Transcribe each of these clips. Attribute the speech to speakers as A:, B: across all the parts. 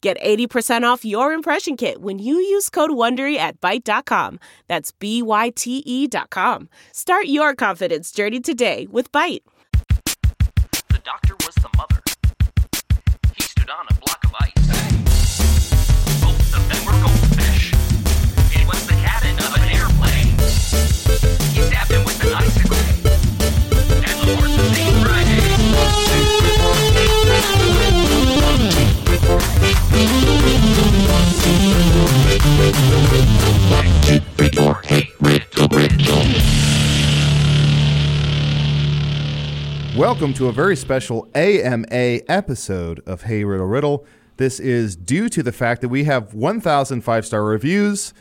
A: Get 80% off your impression kit when you use code WONDERY at Byte.com. That's B-Y-T-E E dot com. Start your confidence journey today with Byte.
B: The doctor was the mother. He stood on a block of ice. Both of them were goldfish. It was the cabin of an airplane. He stabbed him with an icicle. And the horses came riding.
C: Welcome to a very special AMA episode of Hey Riddle Riddle. This is due to the fact that we have 1,000 five star reviews.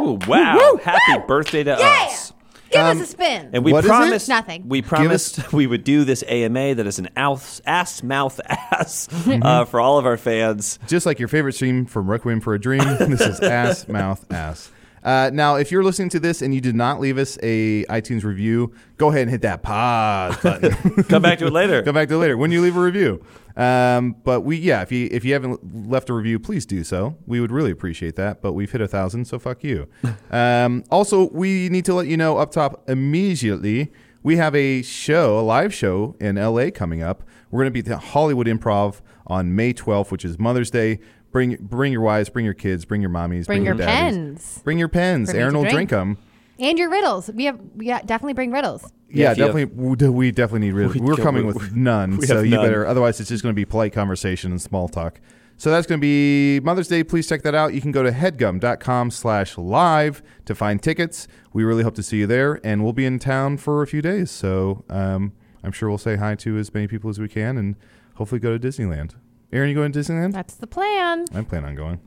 D: Ooh, wow. Happy birthday to us. Um,
E: Give us a spin.
D: And we
C: What is it?
D: promised
E: Nothing.
D: We promised we would do this AMA that is an ass, ass mouth ass
E: Mm-hmm.
D: uh, for all of our fans.
C: Just like your favorite stream from Requiem for a Dream, this is Ass Mouth Ass. Uh, now, if you're listening to this and you did not leave us a iTunes review, go ahead and hit that pause button.
D: Come back to it later.
C: Come back to it later when you leave a review. Um, but we, yeah, if you if you haven't left a review, please do so. We would really appreciate that. But we've hit a thousand, so fuck you. Um, also, we need to let you know up top immediately. We have a show, a live show in LA coming up. We're going to be at the Hollywood Improv on May 12th, which is Mother's Day. Bring bring your wives, bring your kids, bring your mommies,
E: Bring your
C: daddies.
E: pens.
C: bring your pens.
E: For me
C: Aaron
E: to
C: will drink
E: drink.
C: them.
E: And your riddles. We have we got, definitely bring riddles.
C: Yeah,
D: if you have-
C: definitely. we do- we definitely need riddles.
D: We
C: We are
D: don't-
C: coming
D: we-
C: with none,
D: we
C: so
D: have
C: you
D: none.
C: better. Otherwise, it's just going to be polite conversation and small talk. So that's going to be Mother's Day. Please check that out. You can go to headgum.com slash live to find tickets. We really hope to see you there, and we'll be in town for a few days. So um, I'm sure we'll say hi to as many people as we can and hopefully go to Disneyland. Aaron, you going to Disneyland?
E: That's the plan.
C: I plan on going.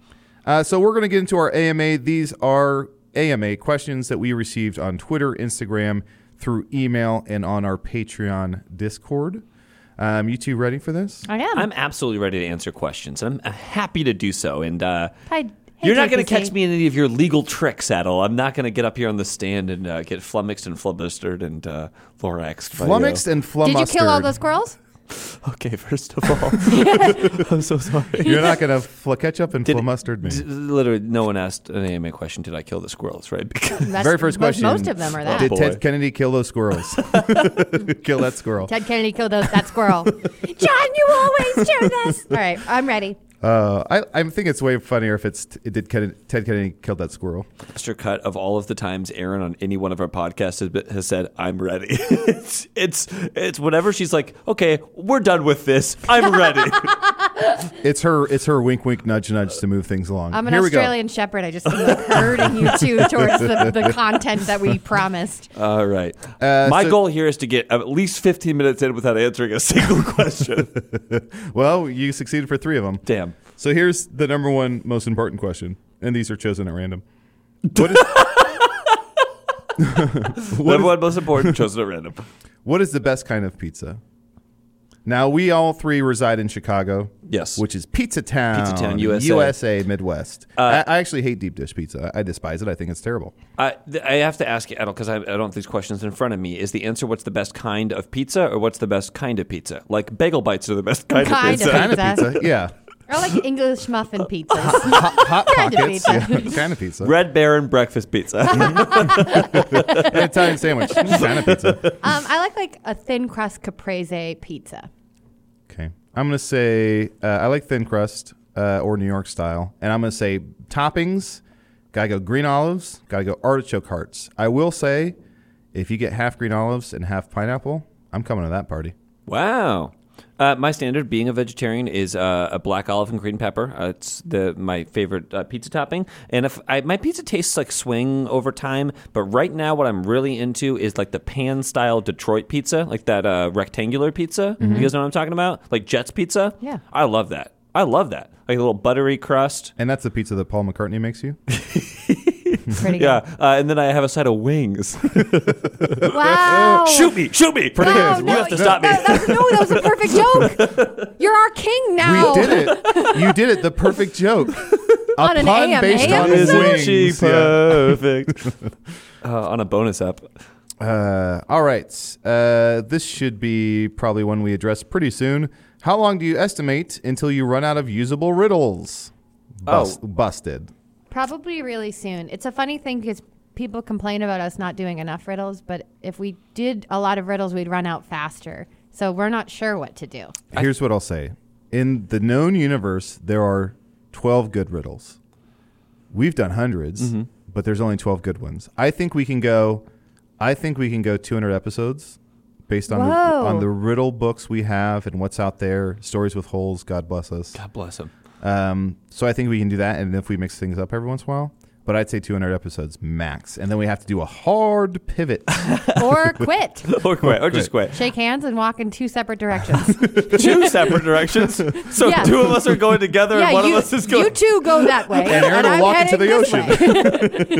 C: Uh, so we're going to get into our AMA. These are AMA questions that we received on Twitter, Instagram, through email, and on our Patreon Discord. Um, you two ready for this?
E: I am.
D: I'm absolutely ready to answer questions. I'm uh, happy to do so. And uh,
E: Hi- hey,
D: you're not going to
E: JPC.
D: catch me in any of your legal tricks, Adel. I'm not going to get up here on the stand and uh, get flummoxed and flubberstered and uh, thoraxed. by you.
C: Flummoxed and
E: Did you
C: flummustered.
E: kill all those squirrels?
D: Okay, first of all, I'm so sorry.
C: You're not going to fl- catch up and
D: Did-
C: flummustered me.
D: D- Literally, no one asked an AMA question. Did I kill the squirrels? Right? Because
E: That's
C: Very first
E: most-
C: question.
E: Most of them are that.
C: Did
D: Oh, boy.
C: Ted Kennedy kill those squirrels? kill that squirrel.
E: Ted Kennedy killed those, that squirrel. John, you always do this. All right, I'm ready.
C: Uh, I, I think it's way funnier if it's t- did Kennedy, Ted Kennedy kill that squirrel?
D: extra cut of all of the times Aaron on any one of our podcasts has, been- has said, "I'm ready." it's, it's it's whenever she's like, "Okay, we're done with this. I'm ready."
C: It's her. It's her wink, wink, nudge, nudge to move things along.
E: I'm an
C: Here we go.
E: Australian Shepherd. I just am like herding you two towards the, the content that we promised.
D: all right.
C: Uh,
D: My
C: so-
D: goal here is to get at least 15 minutes in without answering a single question.
C: Well, you succeeded for three of them.
D: Damn.
C: So here's the number one most important question, and these are chosen at random. What is,
D: Number one most important, chosen at random.
C: what is the best kind of pizza? Now we all three reside in Chicago.
D: Yes.
C: which is Pizza Town,
D: Pizza Town, USA.
C: Midwest.
D: Uh,
C: I, I actually hate deep dish pizza. I, I despise it. I think it's terrible.
D: I, th- I have to ask Adel because I, I don't have these questions in front of me. Is the answer what's the best kind of pizza or what's the best kind of pizza? Like bagel bites are the best kind,
E: Kind
D: of pizza.
E: of-
C: Kind of pizza, yeah.
E: Or like English muffin pizzas. Um,
C: Hot, hot
E: Kind of
C: pockets,
E: pizza.
C: yeah. kind of pizza.
D: Red Baron breakfast pizza.
C: An Italian sandwich, kind of pizza.
E: Um, I like like a thin crust caprese pizza.
C: Okay, I'm gonna say uh, I like thin crust uh, or New York style, and I'm gonna say toppings. Gotta go green olives. Gotta go artichoke hearts. I will say, if you get half green olives and half pineapple, I'm coming to that party.
D: wow. Uh, my standard, being a vegetarian, is uh, a black olive and green pepper. Uh, it's the my favorite uh, pizza topping. And if I, my pizza tastes like swing over time, but right now what I'm really into is like the pan style Detroit pizza, like that uh, rectangular pizza. You guys know what I'm talking about? Like Jets pizza.
E: Yeah.
D: I love that. I love that. Like a little buttery crust.
C: And that's the pizza that Paul McCartney makes you.
E: Pretty
D: yeah, uh, and then I have a side of wings.
E: good. Wow.
D: shoot me, shoot me.
E: Wow,
C: Yes,
E: no,
D: you have to stop me.
E: That, that, no, that was a perfect joke. You're our king now.
C: We did it. You did it. The perfect joke. A
E: On an
C: pun
E: AM
C: based on
E: episode?
D: Isn't
C: wings.
D: she
C: Yeah.
D: perfect? uh, on a bonus app.
C: Uh, all right. Uh, this should be probably one we address pretty soon. How long do you estimate until you run out of usable riddles? Bus-
D: Oh.
C: Busted.
E: Probably really soon. It's a funny thing because people complain about us not doing enough riddles, but if we did a lot of riddles, we'd run out faster. So we're not sure what to do.
C: Here's what I'll say In the known universe, there are 12 good riddles. We've done 100s but there's only 12 good ones. I think we can go. I think we can go 200 episodes based on the,
E: Whoa.
C: on the riddle books we have and what's out there. Stories with holes. God bless us.
D: God bless him.
C: Um, so I think we can do that, and if we mix things up every once in a while. But I'd say 200 episodes max, and then we have to do a hard pivot.
E: Or quit.
D: Or quit, or just quit.
E: Shake hands and walk in two separate directions.
D: Two separate directions. So
E: Yeah.
D: two of us are going together, and one
E: you,
D: of us is going.
E: you two go that way.
C: And Aaron will
E: I'm
C: walk into
E: heading
C: the
E: this
C: ocean.
E: way.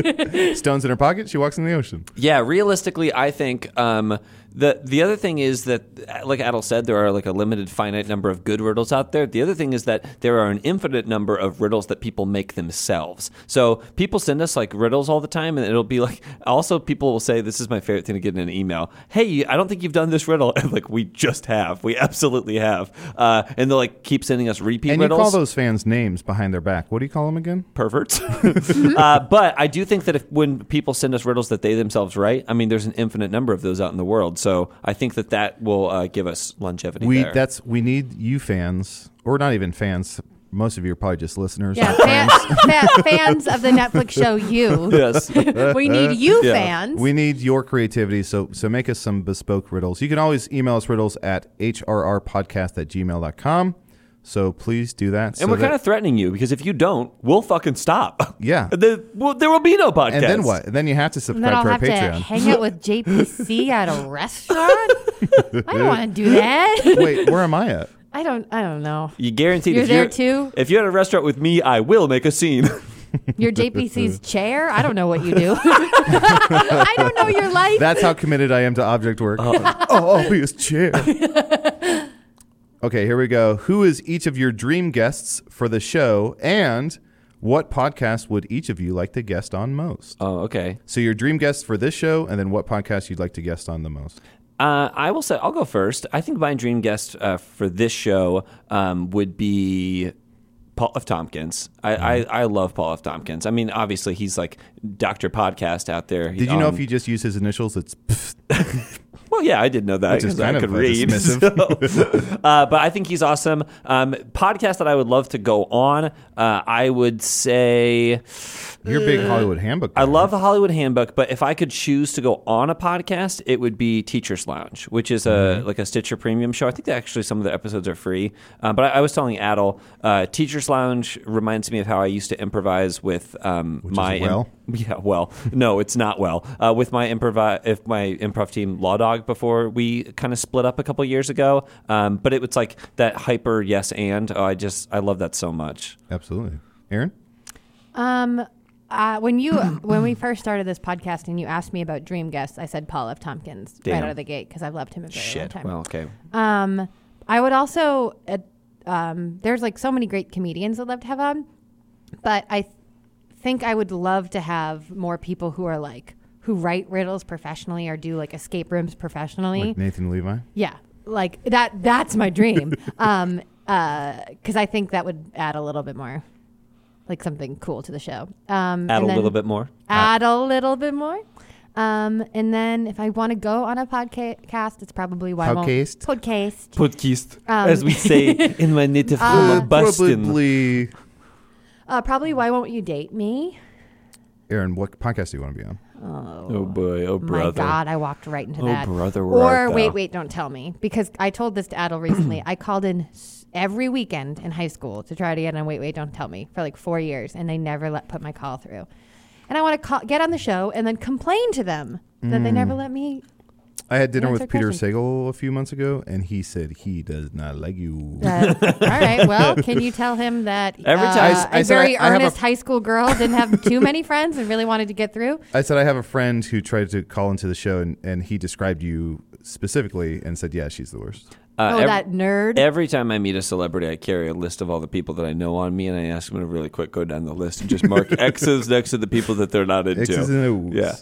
C: Stones in her pocket, she walks in the ocean.
D: Yeah, realistically, I think um, the the other thing is that, like Adel said, there are like a limited, finite number of good riddles out there. The other thing is that there are an infinite number of riddles that people make themselves. So people send us like riddles all the time, and it'll be like. Also, people will say, "This is my favorite thing to get in an email." Hey, I don't think you've done this riddle. And like we just have, we absolutely have. Uh, and they'll like keep sending us repeat
C: And
D: riddles
C: you call those fans names behind their back. What do you call them again?
D: perverts.
C: Mm-hmm.
D: uh, but I do think that if when people send us riddles that they themselves write, I mean, there's an infinite number of those out in the world. So I think that that will uh, give us longevity.
C: We
D: there.
C: that's we need you fans, or not even fans. Most of you are probably just listeners.
E: Yeah,
C: not fans.
E: fan, fa- fans of the Netflix show You.
D: yes.
E: we need you
D: Yeah.
E: fans.
C: We need your creativity, so so make us some bespoke riddles. You can always email us riddles at hrrpodcast at gmail.com. So please do that. so
D: And we're
C: that-
D: kind of threatening you because if you don't, we'll fucking stop.
C: Yeah.
D: And then- well, there will be no podcast.
C: and then what? And then you have to
E: and then I'll
C: subscribe to our
E: have
C: Patreon.
E: to hang out with JPC at a restaurant. I don't want to do that.
C: Wait, where am I at?
E: I don't. I don't know.
D: You guaranteed
E: You're
D: if
E: there
D: you're,
E: too?
D: If you're at a restaurant with me, I will make a scene.
E: You're JPC's chair. I don't know what you do. I don't know your life.
C: That's how committed I am to object work. oh, oh, his chair. okay, here we go. Who is each of your dream guests for the show, and what podcast would each of you like to guest on most?
D: oh, okay.
C: So your dream guests for this show, and then what podcast you'd like to guest on the most?
D: Uh, I will say I'll go first. I think my dream guest uh, for this show um, would be Paul F. Tompkins. I,
C: Mm-hmm.
D: I, I love Paul F. Tompkins. I mean, obviously he's like Doctor Podcast out there.
C: Did you know if you just use his initials, it's
D: Well, yeah, I did know that
C: Which is
D: because I
C: kind
D: could
C: of, uh,
D: read.
C: dismissive.
D: so- uh, but I think he's awesome. Um, podcast that I would love to go on. Uh, I would say.
C: your big Hollywood handbook?
D: I love the Hollywood Handbook, but if I could choose to go on a podcast, it would be Teachers Lounge, which is a like a Stitcher Premium show. I think that actually some of the episodes are free. Uh, but I, I was telling Adel, uh, Teachers Lounge reminds me of how I used to improvise with um,
C: is
D: my
C: well.
D: yeah, well, no, it's not well. Uh, with my improv, if my improv team Law Dog before we kind of split up a couple years ago, um, but it was like that hyper yes and. Oh, I just I love that so much.
C: absolutely, Aaron.
E: Um, uh, when you when we first started this podcast and you asked me about dream guests, I said Paul F. Tompkins right
D: Damn.
E: out of the gate because I've loved him a very long
D: Shit.
E: time.
D: Well, okay.
E: Um, I would also, uh, um, there's like so many great comedians I'd love to have on, but I th- think I would love to have more people who are like, who write riddles professionally or do like escape rooms professionally.
C: Like Nathan Levi.
E: yeah. Like that, that's my dream. um, uh, cause I think that would add a little bit more, like something cool to the show. Um,
D: Add
E: and
D: a little
E: then-
D: bit more.
E: add a little bit more. Um, and then if I want to go on a podcast, it's probably why I won't-
C: Podcast?
E: podcast.
D: podcast,
E: Um,
D: as we say in my native
E: Uh,
D: home, Boston.
C: Probably.
E: Uh, probably why won't you date me?
C: Aaron, what podcast do you want to be on?
D: Oh boy, oh brother.
E: My God, I walked right into
D: Oh,
E: that.
D: brother, where
E: or
D: art
E: wait,
D: thou?
E: wait, don't tell me because I told this to Adel recently. I called in s- every weekend in high school to try to get on. Wait, wait, don't tell me for like four years, and they never let put my call through. And I want to call, get on the show and then complain to them that they never let me
C: I had dinner
E: Answer
C: with Peter
E: question.
C: Sagal a few months ago, and he said he does not like you.
E: Uh, all right. Well, can you tell him that
D: Every
E: uh,
D: time-
C: I s- I
E: a
C: said
E: very
C: I- I have a-
E: earnest high school girl didn't have too many friends and really wanted to get through?
C: I said I have a friend who tried to call into the show, and, and he described you specifically and said, "Yeah, she's the worst."
D: Uh,
E: oh,
D: ev-
E: that nerd.
D: Every time I meet a celebrity, I carry a list of all the people that I know on me, and I ask them to really quick go down the list and just mark X's next to the people that they're not into.
C: X's and O's.
D: Yeah.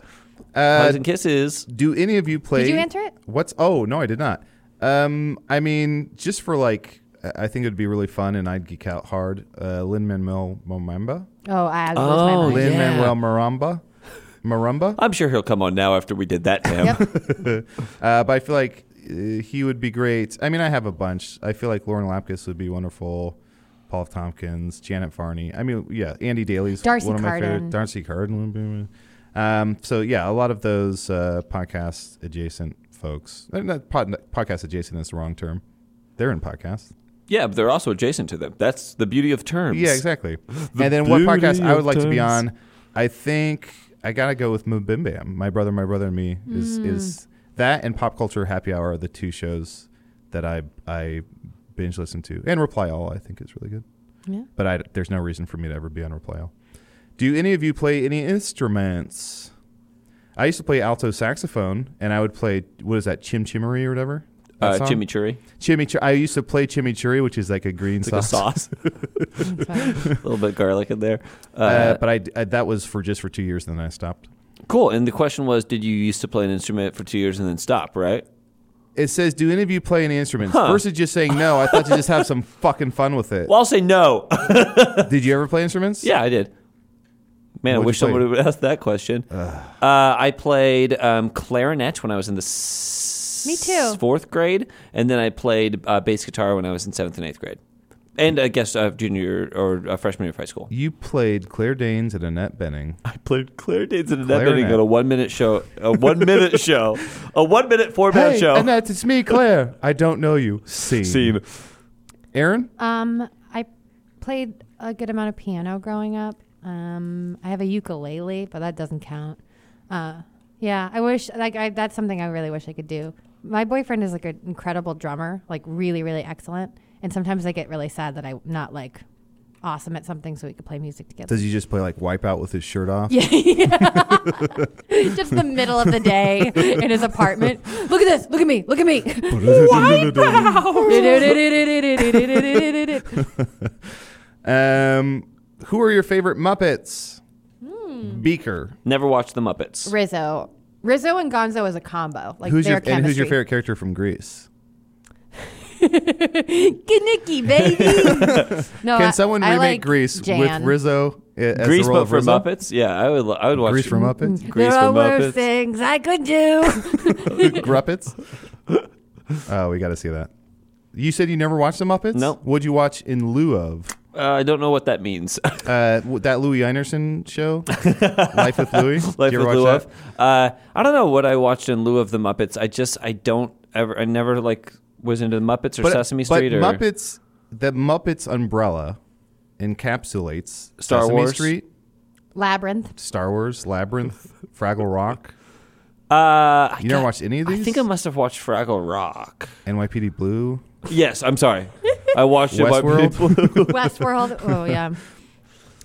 C: Uh,
D: Hugs and kisses.
C: do any of you play?
E: Did you answer it?
C: What's? Oh no, I did not. Um, I mean, just for like, I- I think it would be really fun, and I'd geek out hard. Uh, Lin Manuel Miranda,
E: oh, I I lost my
D: Oh,
E: mind.
D: yeah.
C: Lin Manuel Miranda, Marumba.
D: I'm sure he'll come on now after we did that to him.
E: Yep.
C: Uh, but I feel like uh, he would be great. I mean, I have a bunch. I feel like Lauren Lapkus would be wonderful. Paul F. Tompkins, Janet Varney. I mean, yeah, Andy Daly's
E: Darcy
C: one of my
E: Carden.
C: favorite. Darcy Carden. would be- Um, so yeah, a lot of those uh, podcast adjacent folks. Uh, Not pod, podcast adjacent is the wrong term. They're in podcasts.
D: Yeah, but they're also adjacent to them. That's the beauty of terms.
C: Yeah, exactly. and then what
D: beauty
C: podcast I
D: of
C: would like to be
D: terms.
C: on? I think I gotta go with Mabim Bam. My brother, my brother and me is is that and Pop Culture Happy Hour are the two shows that I I binge listen to. And Reply All I think is really good.
E: Yeah.
C: But I, there's no reason for me to ever be on Reply All. Do any of you play any instruments? I used to play alto saxophone, and I would play what is that chim chimmery or whatever.
D: Uh,
C: That song?
D: chimichurri.
C: Chimichurri. I used to play chimichurri, which is like a green
D: It's like a sauce.
E: That's fine.
D: a little bit of garlic in there. Uh,
C: Uh, but I, I- that was for just for two years, and then I stopped.
D: cool. And the question was, did you used to play an instrument for two years and then stop? Right.
C: It says, "Do any of you play any instruments?" Versus just saying no. I thought you just have some fucking fun with it.
D: Well, I'll say no.
C: Did you ever play instruments?
D: yeah, I did.
C: What'd
D: Man, I wish
C: you play?
D: somebody would ask that question. Uh, I played um, clarinet when I was in the s-
E: Me too.
D: fourth grade, and then I played uh, bass guitar when I was in seventh and eighth grade, and I guess uh, junior or uh, freshman year of high school.
C: You played Claire Danes and Annette Benning.
D: I played clarinets in an
C: Clarinet.
D: evening on a one minute show, a one minute show, a one minute four minute
C: Hey,
D: show.
C: Annette, it's me, Claire. I don't know you. Scene.
D: Scene.
C: Aaron,
E: Um, I played a good amount of piano growing up. Um, I have a ukulele, but that doesn't count. Uh, yeah, I wish like I, that's something I really wish I could do. My boyfriend is like an incredible drummer, like really, really excellent. And sometimes I get really sad that I'm not like awesome at something, so we could play music together.
C: does he just play like Wipeout with his shirt off?
E: Yeah, just the middle of the day in his apartment. Look at this. Look at me. Look at me. Wipeout.
C: Um, who are your favorite Muppets?
E: Hmm.
C: Beaker.
D: Never watched the Muppets.
E: Rizzo. Rizzo and Gonzo is a combo. Like
C: who's
E: their
C: your and who's your
E: chemistry.
C: favorite character from Greece?
E: Kanicki, baby. no,
C: Can
E: Oh, I-
C: someone
E: I
C: remake
E: like
C: Greece
E: Jan.
C: with Rizzo i- as
D: Grease
C: the role
D: but
C: of
D: for
C: Rizzo?
D: Muppets. Yeah, I would. Lo- I would watch
C: Grease for Muppets.
D: Grease
E: there
D: for
E: are worse
D: Muppets.
E: things I could do.
C: Gruppets. Oh, we got to see that. You said you never watched the Muppets.
D: No.
C: What'd you watch in lieu of
D: Uh, I don't know what that means.
C: uh, w- that Louis Einerson show, Life with Louis? Did
D: Life
C: you
D: with
C: ever watch
D: lieu
C: that?
D: of. Uh, I don't know what I watched in lieu of the Muppets. I just I don't ever. I never like was into the Muppets or
C: But,
D: Sesame
C: but
D: Street or
C: Muppets, the Muppets umbrella encapsulates
D: Star
C: Sesame
D: Wars.
C: Street,
E: Labyrinth.
C: Star Wars, Labyrinth, Fraggle Rock.
D: Uh, I
C: You never
D: got-
C: watched any of these?
D: I think I must have watched Fraggle Rock.
C: NYPD Blue,
D: Yes, I'm sorry. I watched it. by
C: Westworld.
D: people-
E: Westworld. Oh yeah.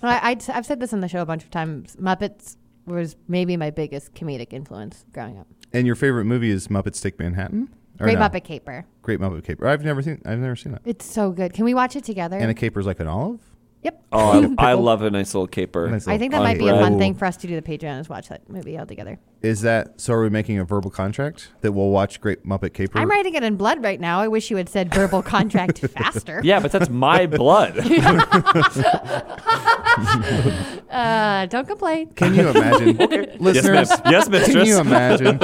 E: I, I, have said this on the show a bunch of times. Muppets was maybe my biggest comedic influence growing up.
C: and your favorite movie is Muppets Take Manhattan. Or
E: Great
C: no?
E: Muppet Caper.
C: Great Muppet Caper. I've never seen. I've never seen that.
E: It's so good. Can we watch it together?
C: And a caper's like an olive.
E: yep.
D: Oh, I, I love a nice little caper.
C: Nice
E: I
C: little
E: think that might be a
D: Unreal.
E: fun thing for us to do the Patreon is watch that movie all together.
C: Is that so? Are we making a verbal contract that we'll watch Great Muppet Caper?
E: I'm writing it in blood right now. I wish you had said verbal contract faster.
D: Yeah, but that's my blood.
E: Uh, don't complain.
C: Can you imagine, listeners?
D: yes,
C: Can you
D: mistress.
C: imagine?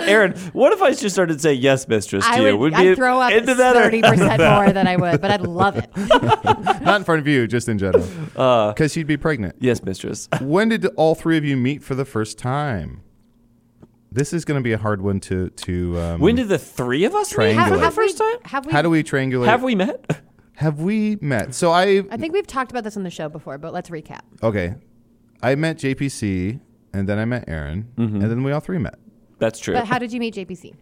D: Aaron, what if I just started saying yes, mistress to
E: I
D: you?
E: would, I'd throw up
D: into that or-
E: thirty percent more than I would, but I'd love it.
C: Not in front of you, just in general,
E: Uh,
C: because she'd be pregnant.
D: Yes, mistress.
C: When did all three of you meet for the first time? This is going to be a hard one to to. Um,
D: When did the three of us
C: Triangulate.
D: meet for
C: Triangulate.
E: Have,
D: the
E: have we,
D: first time?
E: Have we?
C: how do we triangulate?
D: Have we met?
C: have we met? So I
E: I think we've talked about this on the show before, but let's recap. Mm-hmm.
C: okay, I met JPC, and then I met Aaron, and then we all three met.
D: That's true.
E: But how did you meet JPC?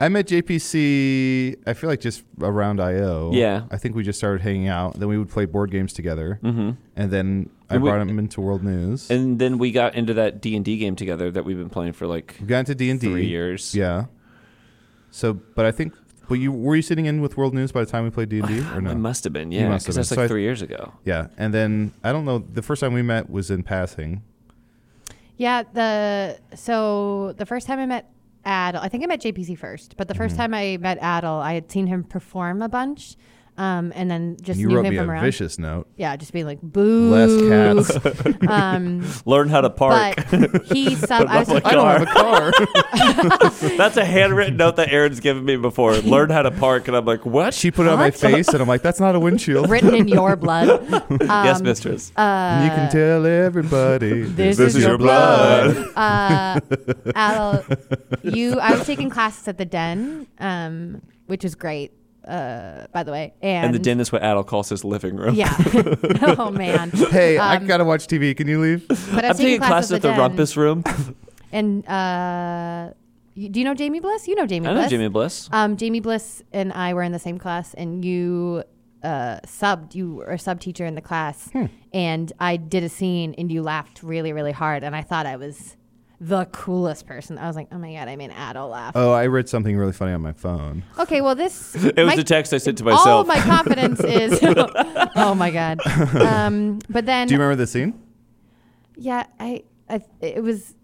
C: I met JPC. I feel like just around IO.
D: Yeah.
C: I think we just started hanging out. Then we would play board games together, mm-hmm. and then I
D: And we-
C: brought him into World News.
D: and then we got into that D and D game together that we've been playing for like
C: we got into D and D.
D: three years.
C: Yeah. So, but I think, but you were you sitting in with World News by the time we played D and D or
D: It
C: no?
D: must have been, yeah,
C: must have
D: because that's
C: been. So
D: like
C: I-
D: three years ago.
C: Yeah, and then I don't know. The first time we met was in passing.
E: Yeah, the so the first time I met Adel, I think I met JPC first, but the first time I met Adel, I had seen him perform a bunch, um, and then just
C: you
E: knew
C: wrote
E: him
C: me a
E: from around.
C: vicious note.
E: Yeah, just being like boo.
C: Less cats.
E: Um,
D: Learn how to park.
E: but he sub. I was
D: Lovely.
C: I don't have a car.
D: That's a handwritten note that Aaron's given me before. Learn how to park, and I'm like, what?
C: she put it on my face, and I'm like, "That's not a windshield."
E: written in your blood. Um, uh,
D: yes, mistress.
C: And you
D: Uh,
C: can tell everybody
E: This,
D: This is your blood.
E: uh, Al, you, I was taking classes at the Den, um, which is great, uh, by the way. And,
D: and the den is what Adel calls his living room.
E: Yeah. oh man.
C: Hey, I
E: Um,
C: gotta watch TV. Can you leave?
E: But
D: I'm
E: I was
D: taking classes at the
E: Den,
D: Rumpus Room.
E: And uh, you, do you know Jamie Bliss? You know Jamie
D: I know
E: Bliss.
D: Jimmy Bliss.
E: Um, Jamie Bliss and I were in the same class, and you uh, subbed. You were a sub teacher in the class,
C: Hmm.
E: and I did a scene, and you laughed really, really hard, and I thought I was the coolest person. I was like, oh my god, I made Adol laugh.
C: Oh, I read something really funny on my phone.
E: okay, well this
D: It was a text I sent to myself.
E: All of Oh my confidence is. oh my god. Um, but then
C: Do you remember the scene?
E: Yeah, I, I it was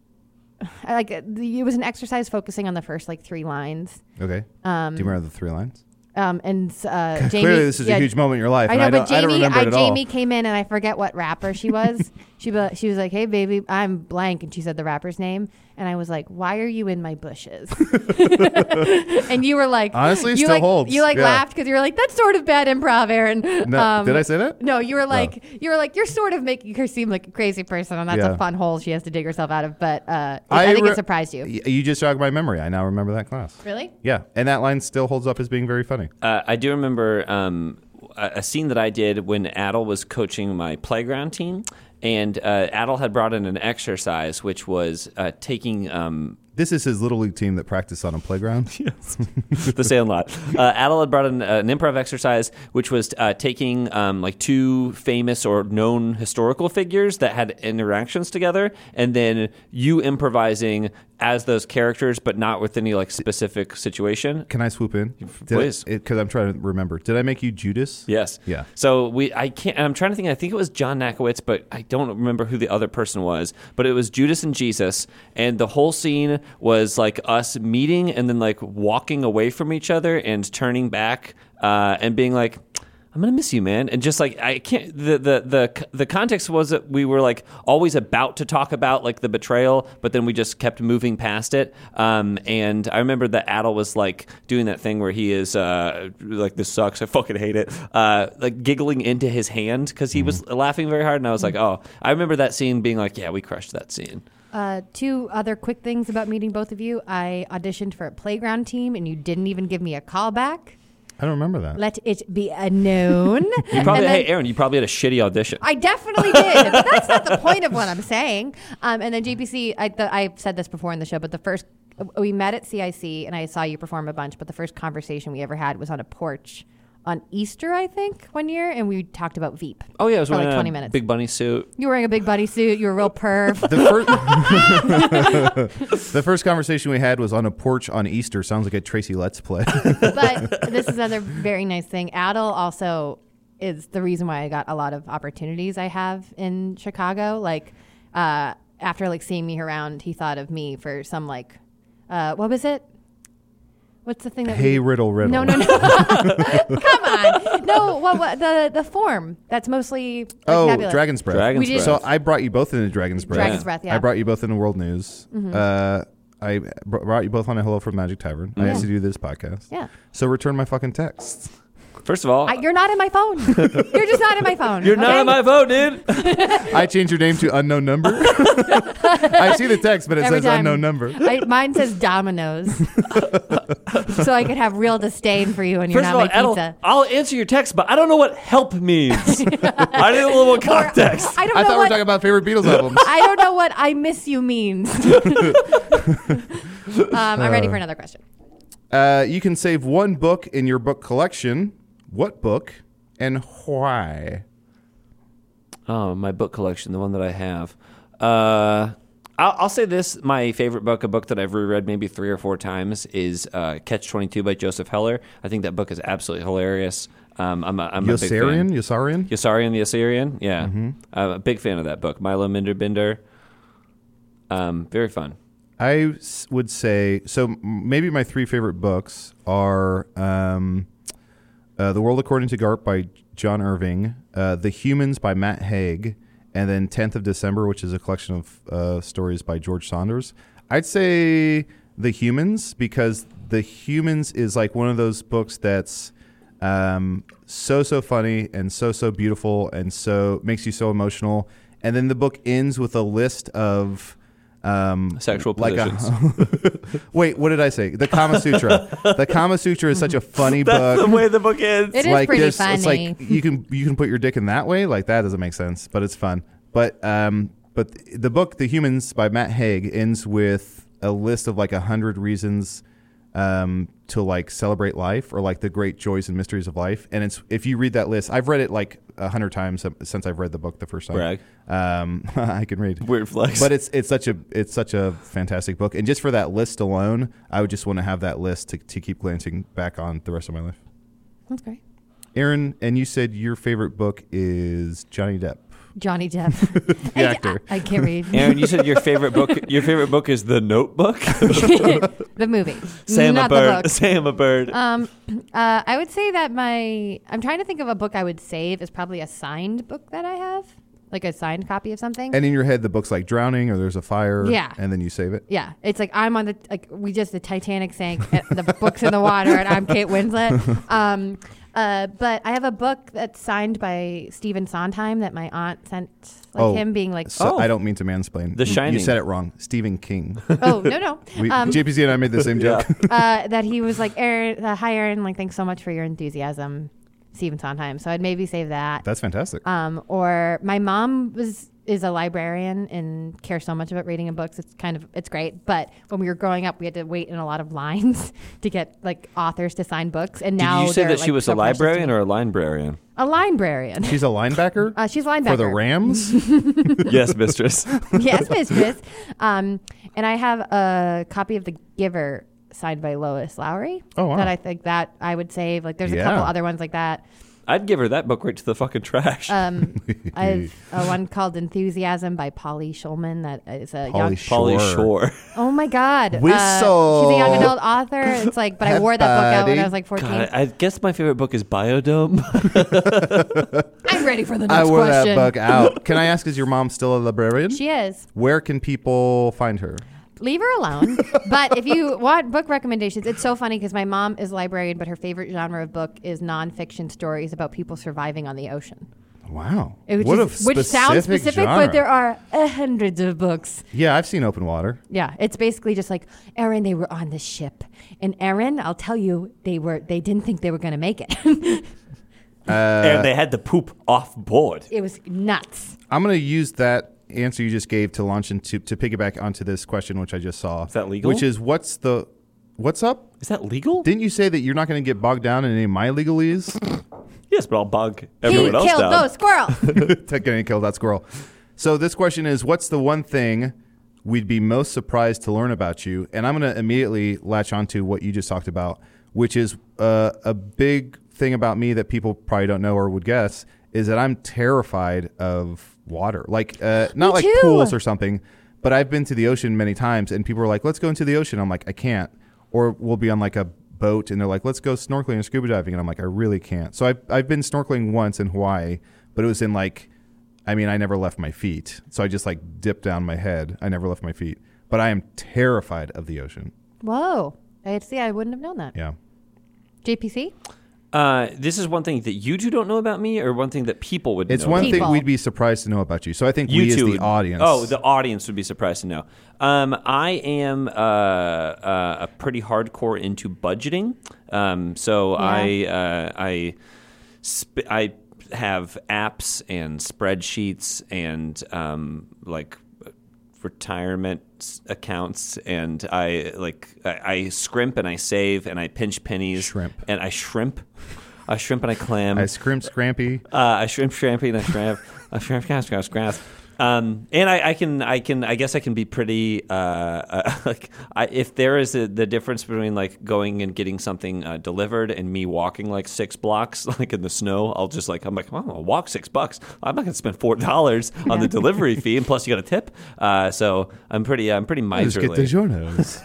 E: I like uh, the- it was an exercise focusing on the first like three lines.
C: Okay.
E: Um,
C: Do you remember the three lines?
E: Um, and uh, Jamie,
C: Clearly, this is
E: yeah,
C: a huge moment in your life.
E: I
C: and
E: know,
C: I
E: but
C: don't, I don't
E: Jamie,
C: remember it at all.
E: Jamie came in and I forget what rapper she was. she be, she was like, "Hey, baby, I'm blank," and she said the rapper's name, and I was like, "Why are you in my bushes?" and you were like,
C: Honestly,
E: you
C: still
E: like,
C: holds.
E: You like
C: Yeah.
E: laughed because you were like, "That's sort of bad improv, Aaron." Um,
C: No, did I say that?
E: No, you were like you were like you're sort of making her seem like a crazy person, and that's
C: Yeah.
E: a fun hole she has to dig herself out of. But uh, I, think
C: re-
E: it surprised you.
C: Y- You just jogged my memory. I now remember that class.
E: Really?
C: Yeah, and that line still holds up as being very funny.
D: Uh, I do remember um, a a scene that I did when Adel was coaching my playground team, and uh, Adel had brought in an exercise which was uh, taking um,
C: This is his little league team that practiced on a playground.
D: the Sandlot. Uh, Adel had brought in an improv exercise, which was uh, taking um, like two famous or known historical figures that had interactions together, and then you improvising as those characters, but not with any like specific situation.
C: Can I swoop in?
D: Please.
C: Because I'm trying to remember. Did I make you Judas?
D: Yes.
C: Yeah.
D: So we, I can't. I'm trying to think. I think it was John Nakowitz, but I don't remember who the other person was. But it was Judas and Jesus, and the whole scene was like us meeting and then like walking away from each other and turning back uh, and being like. I'm gonna miss you, man, and just like I can't. The, the the the context was that we were like always about to talk about like the betrayal, but then we just kept moving past it. Um, and I remember that Adel was like doing that thing where he is uh, like, "This sucks. I fucking hate it." Uh, like giggling into his hand because he
E: Mm-hmm.
D: was laughing very hard, and I was like, "Oh, I remember that scene being like, yeah, we crushed that scene."
E: Uh, two other quick things about meeting both of you. I auditioned for a playground team, and you didn't even give me a callback.
C: I don't remember that.
E: Let it be a known.
D: You probably,
E: And then-
D: hey, Aaron, you probably had a shitty audition.
E: I definitely did. but that's not the point of what I'm saying. Um, and then JPC, I th- I've said this before in the show, but the first we met at CIC, and I saw you perform a bunch. But the first conversation we ever had was on a porch on Easter, I think, one year, and we talked about Veep.
D: oh yeah, it was
E: for like
D: wearing a
E: 20 minutes.
D: Big bunny suit.
E: You were wearing a big bunny suit. You were a real perv.
C: The first, the first conversation we had was on a porch on Easter. Sounds like a Tracy Let's play.
E: but this is another very nice thing. Adel also is the reason why I got a lot of opportunities I have in Chicago. Like uh, after like seeing me around, he thought of me for some like uh, what was it? What's the thing that
C: hey,
E: we
C: Riddle, Riddle.
E: no, no, no. Come on. No, what, what the the form that's mostly like,
C: Oh,
E: fabulous.
C: Dragon's Breath.
D: Dragon's
E: We did-
C: So I brought you both into Dragon's Breath.
E: Dragon's Breath, yeah. Mm-hmm.
C: I brought you both into World News. Uh, I br- brought you both on a Hello from Magic Tavern. I used to do this podcast.
E: Mm-hmm. Yeah.
C: So return my fucking texts.
D: First of all,
E: I, you're not in my phone. you're just not in my phone.
D: you're not
E: okay?
D: on my vote, dude.
C: I changed your name to unknown number. I see the text, but it
E: Every
C: says
E: time.
C: unknown number.
E: I, mine says Domino's, so I could have real disdain for you when you're
D: First
E: not
D: of all,
E: my
D: Edel,
E: pizza.
D: I'll answer your text, but I don't know what help means. I need a little context.
E: I don't
C: I
E: know
C: thought we were
E: what
C: talking about favorite Beatles albums.
E: I don't know what I miss you means. Um, I'm ready for another question.
C: Uh, you can save one book in your book collection. What book and why?
D: Oh, my book collection, the one that I have. Uh, I'll, I'll say this: my favorite book, a book that I've reread maybe three or four times, is uh, Catch Twenty Two by Joseph Heller. I think that book is absolutely hilarious. Um, I'm a, I'm
C: Yossarian?
D: a big fan.
C: Yossarian?
D: Yossarian the Assyrian. Yeah, I'm a big fan of that book. Milo Minderbinder. Um, very fun.
C: I s- would say so. m- Maybe my three favorite books are um, uh, "The World According to Garp" by John Irving, uh, "The Humans" by Matt Haig, and then "10th of December," which is a collection of uh, stories by George Saunders. I'd say "The Humans" because "The Humans" is like one of those books that's um, so so funny and so so beautiful and so makes you so emotional. And then the book ends with a list of um,
D: Sexual
C: like a-
D: positions.
C: Wait, what did I say? The Kama Sutra. the Kama Sutra is such a funny book.
D: the way the book ends.
E: It is
C: like
E: pretty
C: there's-
E: funny.
C: it's like you can you can put your dick in that way. Like that doesn't make sense, but it's fun. But um, but th- the book The Humans by Matt Haig ends with a list of like a hundred reasons um, to like celebrate life or like the great joys and mysteries of life. And it's if you read that list, I've read it like a hundred times since I've read the book the first time.
D: Brag.
C: Um, I can read
D: Weird flex.
C: but it's it's such a it's such a fantastic book, and just for that list alone, I would just want to have that list to, to keep glancing back on the rest of my life.
E: That's great.
C: Aaron, and you said your favorite book is Johnny Depp.
E: Johnny Depp.
C: The actor.
E: I, I can't read.
D: Aaron, you said your favorite book. Your favorite book is The Notebook.
E: the movie.
D: Sam a
E: not the
D: bird.
E: book.
D: Sam a bird.
E: Um, uh, I would say that my I'm trying to think of a book I would save is probably a signed book that I have, like a signed copy of something.
C: And in your head, the book's like drowning, or there's a fire,
E: Yeah.
C: and then you save it.
E: yeah, it's like I'm on the like we just the Titanic sank, and the book's in the water, and I'm Kate Winslet. Um, uh, but I have a book that's signed by Stephen Sondheim that my aunt sent, like
C: Oh,
E: him being like,
C: So
D: Oh.
C: I don't mean to mansplain.
D: The
C: You-
D: Shining.
C: You said it wrong. Stephen King.
E: oh no no,
C: We,
E: um,
C: JPZ and I made the same
D: Yeah.
C: joke.
E: uh, that he was like, Aaron, uh, hi Aaron, like thanks so much for your enthusiasm, Stephen Sondheim. So I'd maybe save that.
C: That's fantastic.
E: um, or my mom was is a librarian and cares so much about reading and books. It's kind of it's great. But when we were growing up, we had to wait in a lot of lines to get like authors to sign books. And now
D: Did you say
E: they're,
D: that she
E: like,
D: was
E: so
D: a
E: precious to
D: librarian
E: me.
D: or a librarian?
E: a librarian?
C: She's a linebacker
E: Uh, she's a linebacker
C: for the Rams.
D: yes, mistress.
E: yes, mistress. Um, and I have a copy of The Giver signed by Lois Lowry.
C: Oh, wow.
E: That I think that I would save. Like there's a
C: Yeah.
E: couple other ones like that.
D: I'd give her that book right to the fucking trash.
E: Um, I have uh, one called Enthusiasm by Polly Shulman. That is a
C: Polly
E: young,
D: Polly Shore.
E: Oh my God. Uh,
C: Whistle.
E: she's a young adult author. It's like, but I wore that book out when
C: Buddy.
E: I was like 14.
D: God, I, I guess my favorite book is Biodome.
E: I'm ready for the
C: I
E: next
C: wore
E: question.
C: that book out. Can I ask, is your mom still a librarian?
E: She is.
C: Where can people find her?
E: Leave her alone. but if you want book recommendations, it's so funny because my mom is a librarian, but her favorite genre of book is nonfiction stories about people surviving on the ocean.
C: Wow.
E: It- Which,
C: what
E: is-
C: a
E: which sounds
C: specific
E: specific,
C: genre.
E: but there are uh, hundreds of books.
C: Yeah, I've seen Open Water.
E: Yeah, it's basically just like Aaron. They were on the ship, and Aaron, I'll tell you, they were. They didn't think they were going to make it.
D: and they had the poop off board.
E: it was nuts.
C: I'm going to use that answer you just gave to launch into to piggyback onto this question, which I just saw. Is
D: that legal?
C: Which is what's the what's up?
D: Is that legal?
C: Didn't you say that you're not going to get bogged down in any of my legalese?
D: yes, but I'll bug
E: He
D: everyone else
E: killed
D: down.
E: those squirrels.
C: Not going to kill that squirrel. So this question is, what's the one thing we'd be most surprised to learn about you? And I'm going to immediately latch onto what you just talked about, which is uh, a big thing about me that people probably don't know or would guess is that I'm terrified of water, like uh, not like
E: too.
C: pools or something. But I've been to the ocean many times, and people are like, "Let's go into the ocean." I'm like, "I can't." Or we'll be on like a boat, and they're like, "Let's go snorkeling and scuba diving," and I'm like, "I really can't." So I've I've been snorkeling once in Hawaii, but it was in like, I mean, I never left my feet, so I just like dipped down my head. I never left my feet, but I am terrified of the ocean.
E: Whoa. I see. I wouldn't have known that.
C: Yeah,
E: JPC.
D: Uh, this is one thing that you two don't know about me, or one thing that people would.
C: it's
D: know
C: one
D: about
E: People.
C: thing we'd be surprised to know about you. So I think
D: you
C: we as
D: two
C: the
D: would-
C: audience.
D: Oh, the audience would be surprised to know. Um, I am uh, uh, a pretty hardcore into budgeting, um, so I uh, I sp- I have apps and spreadsheets and um, like retirement s- accounts, and I like I, I scrimp and I save and I pinch pennies,
C: Shrimp.
D: and I shrimp, I shrimp and I clam,
C: I scrimp scrampy.
D: uh, I shrimp shrimpy and I shrimp I shrimp grass grass grass. Um, and I, I can I can I guess I can be pretty uh, uh, like I, if there is a, the difference between like going and getting something uh, delivered and me walking like six blocks like in the snow I'll just like I'm like well, I'm gonna walk six bucks I'm not gonna spend four dollars on the delivery fee and plus you got a tip uh, so I'm pretty I'm pretty
C: I just get the
D: miserly
C: journos.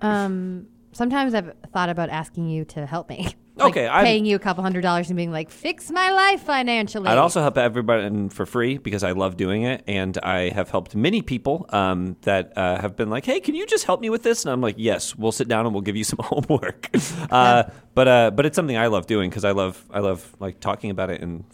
E: Um, sometimes I've thought about asking you to help me. Like,
D: Okay, I'm-
E: paying you a couple hundred dollars and being like, fix my life financially.
D: I'd also help everybody in for free because I love doing it, and I have helped many people um, that uh, have been like, "Hey, can you just help me with this?" And I'm like, "Yes, we'll sit down and we'll give you some homework." uh, but uh, but it's something I love doing because I love I love like talking about it and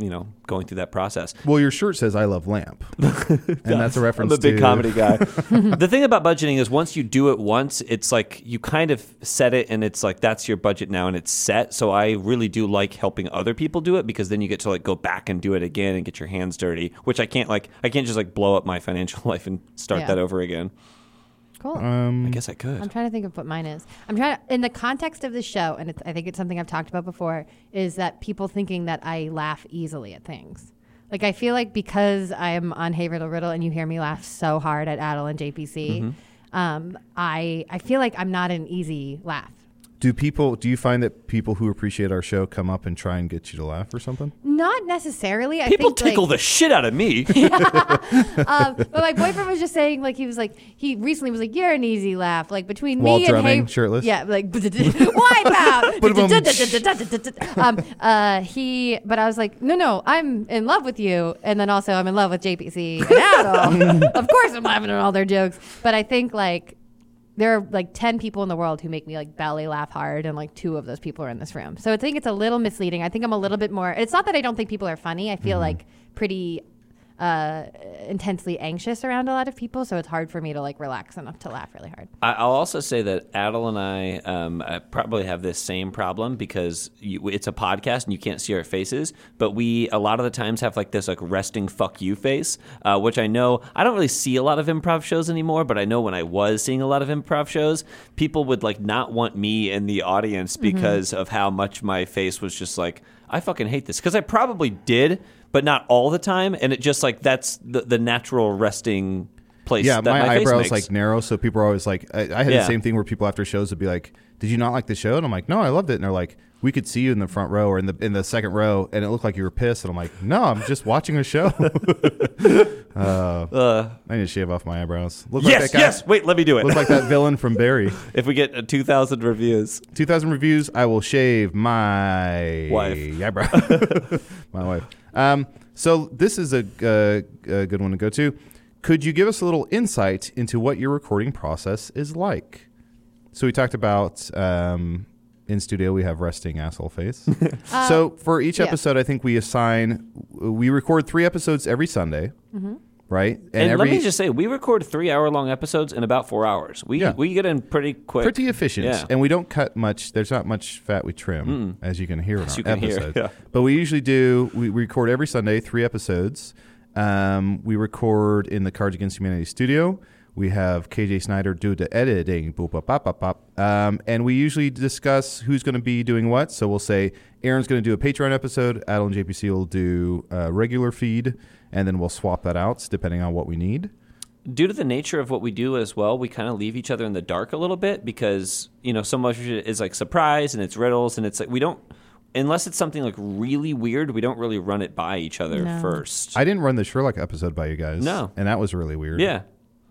D: you know going through that process.
C: well, your shirt says "I love lamp," and that's a reference.
D: I'm a big
C: to,
D: comedy guy. the thing about budgeting is once you do it once, it's like you kind of set it and it's like that's your budget now and it's set. So I really do like helping other people do it because then you get to like go back and do it again and get your hands dirty, which I can't like I can't just like blow up my financial life and start
E: Yeah.
D: that over again.
E: cool.
D: I guess I could.
E: I'm trying to think of what mine is. I'm trying to, in the context of the show, and it's, I think it's something I've talked about before, is that people thinking that I laugh easily at things. Like I feel like because I'm on Hey Riddle Riddle and you hear me laugh so hard at Adel and JPC,
D: Mm-hmm.
E: um, I I feel like I'm not an easy laugh.
C: Do people? Do you find that people who appreciate our show come up and try and get you to laugh or something?
D: Mm,
E: Not necessarily. I
D: People
E: think,
D: tickle
E: like,
D: the shit out of me.
E: um, but my boyfriend was just saying, like, he was like, he recently was like, you're an easy laugh. Like, between
C: While
E: me
C: drumming,
E: and hey,
C: shirtless?
E: Yeah, like, wipe out. um, uh, he, but I was like, no, no, I'm in love with you. And then also, I'm in love with JPC and Adel. of course, I'm laughing at all their jokes. But I think, like, there are like 10 people in the world who make me like belly laugh hard and like two of those people are in this room so i think it's a little misleading i think i'm a little bit more it's not that i don't think people are funny i feel
C: Mm-hmm.
E: like pretty uh, intensely anxious around a lot of people so it's hard for me to like relax enough to laugh really hard
D: I- I'll also say that Adel and I, um, I probably have this same problem because you, it's a podcast and you can't see our faces, but we a lot of the times have like this like resting fuck you face, uh, which I know I don't really see a lot of improv shows anymore, but I know when I was seeing a lot of improv shows, people would like not want me in the audience
C: Mm-hmm.
D: because of how much my face was just like I fucking hate this because I probably did, but not all the time, and it just like that's the, the natural resting place.
C: Yeah,
D: that
C: my,
D: my face
C: eyebrows
D: makes.
C: like narrow, so people are always like, I, I had
D: Yeah.
C: the same thing where people after shows would be like, "Did you not like the show?" And I'm like, "No, I loved it." And they're like, "We could see you in the front row or in the in the second row, and it looked like you were pissed." And I'm like, "No, I'm just watching a show."
D: Uh,
C: I need to shave off my eyebrows. Look
D: yes,
C: like that guy.
D: yes. Wait, let me do it.
C: Look like that villain from Barry.
D: if we get uh, 2,000 reviews,
C: 2,000 reviews. I will shave my
D: Wife.
C: eyebrow. my wife. Um, so this is a, uh, a good one to go to. Could you give us a little insight into what your recording process is like? So we talked about um, in studio we have resting asshole face.
D: Uh,
C: so for each
E: yeah.
C: episode, I think we assign we record three episodes every Sunday, right? And,
D: Mm-hmm. and,
C: every
D: let me just say, we record three hour long episodes in about four hours. We
C: Yeah.
D: we get in pretty quick.
C: pretty efficient,
D: Yeah.
C: and we don't cut much. There's not much fat we trim, as you can hear in
D: As
C: our
D: you can hear,
C: episodes.
D: yeah.
C: But we usually do. We record every Sunday, three episodes. Um, we record in the Cards Against Humanity studio. We have KJ Snyder do the editing, boop, bop, bop, bop, bop. Um, and we usually discuss who's going to be doing what. So we'll say Aaron's going to do a Patreon episode, Adel and JPC will do a regular feed, and then we'll swap that out depending on what we need.
D: Due to the nature of what we do as well, we kind of leave each other in the dark a little bit because, you know, so much of it is like surprise and it's riddles and it's like we don't, unless it's something like really weird, we don't really run it by each other
E: No.
D: first.
C: I didn't run the Sherlock episode by you guys.
D: No.
C: And that was really weird.
D: yeah.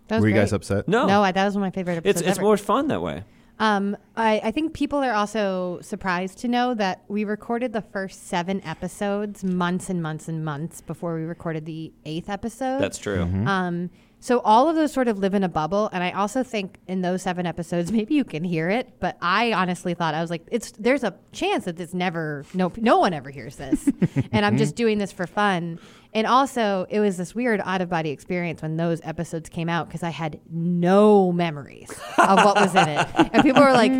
E: that was
C: Were you
E: great.
C: guys upset?
D: No.
E: no I, that was one of my favorite episodes
D: it's, it's
E: ever.
D: more fun that way.
E: um, I, I think people are also surprised to know that we recorded the first seven episodes months and months and months before we recorded the eighth episode
D: That's true.
C: Mm-hmm.
E: Um, so all of those sort of live in a bubble, and I also think in those seven episodes, maybe you can hear it. But I honestly thought I was like, it's there's a chance that this never, no, no one ever hears this, and I'm just doing this for fun. And also, it was this weird out of body experience when those episodes came out because I had no memories of what was in it, and people were like,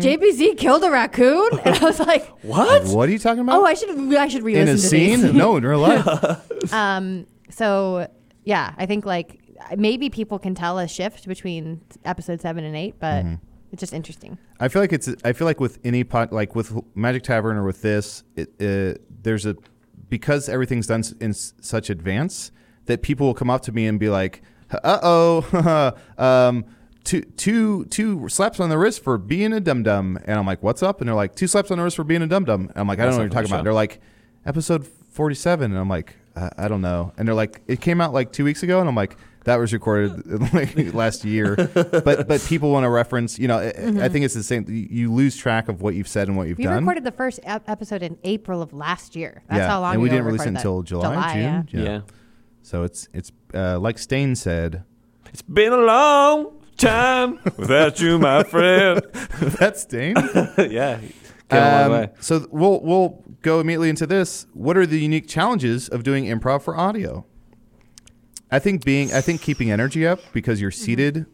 E: JPZ killed a raccoon, and I was like,
D: What?
C: What are you talking about?
E: oh, I should, I should
C: in
E: re-listen
C: a
E: to these.
C: scene? no, in real life.
E: Um, so yeah, I think like maybe people can tell a shift between episode seven and eight, but
C: Mm-hmm.
E: it's just interesting.
C: I feel like it's. I feel like with any pot, like with Magic Tavern or with this, it, uh, there's a because everything's done s- in s- such advance that people will come up to me and be like, "Uh oh, um, two two two slaps on the wrist for being a dum dum," and I'm like, "What's up?" And they're like, two slaps on the wrist for being a dum dum." I'm like, "I don't know what you're talking
D: That's
C: about."
D: not on the
C: They're like, "Episode 47," and I'm like, I, "I don't know," and they're like, "It came out like two weeks ago," and I'm like. That was recorded like last year, but but people want to reference. You know, I- I think it's the same. you- You lose track of what you've said and what you've
E: We
C: done.
E: recorded the first ep- episode in April of last year. That's
C: yeah,
E: how long
C: and we
E: ago
C: didn't release it
E: recorded that.
C: until July, June.
E: yeah.
D: Yeah.
C: So it's it's uh, like Stain said.
D: It's been a long time without you, my friend.
C: That's Stain.
D: yeah. Came a long
C: Um,
D: way.
C: so th- we'll we'll go immediately into this. What are the unique challenges of doing improv for audio? I think being I think keeping energy up because you're seated.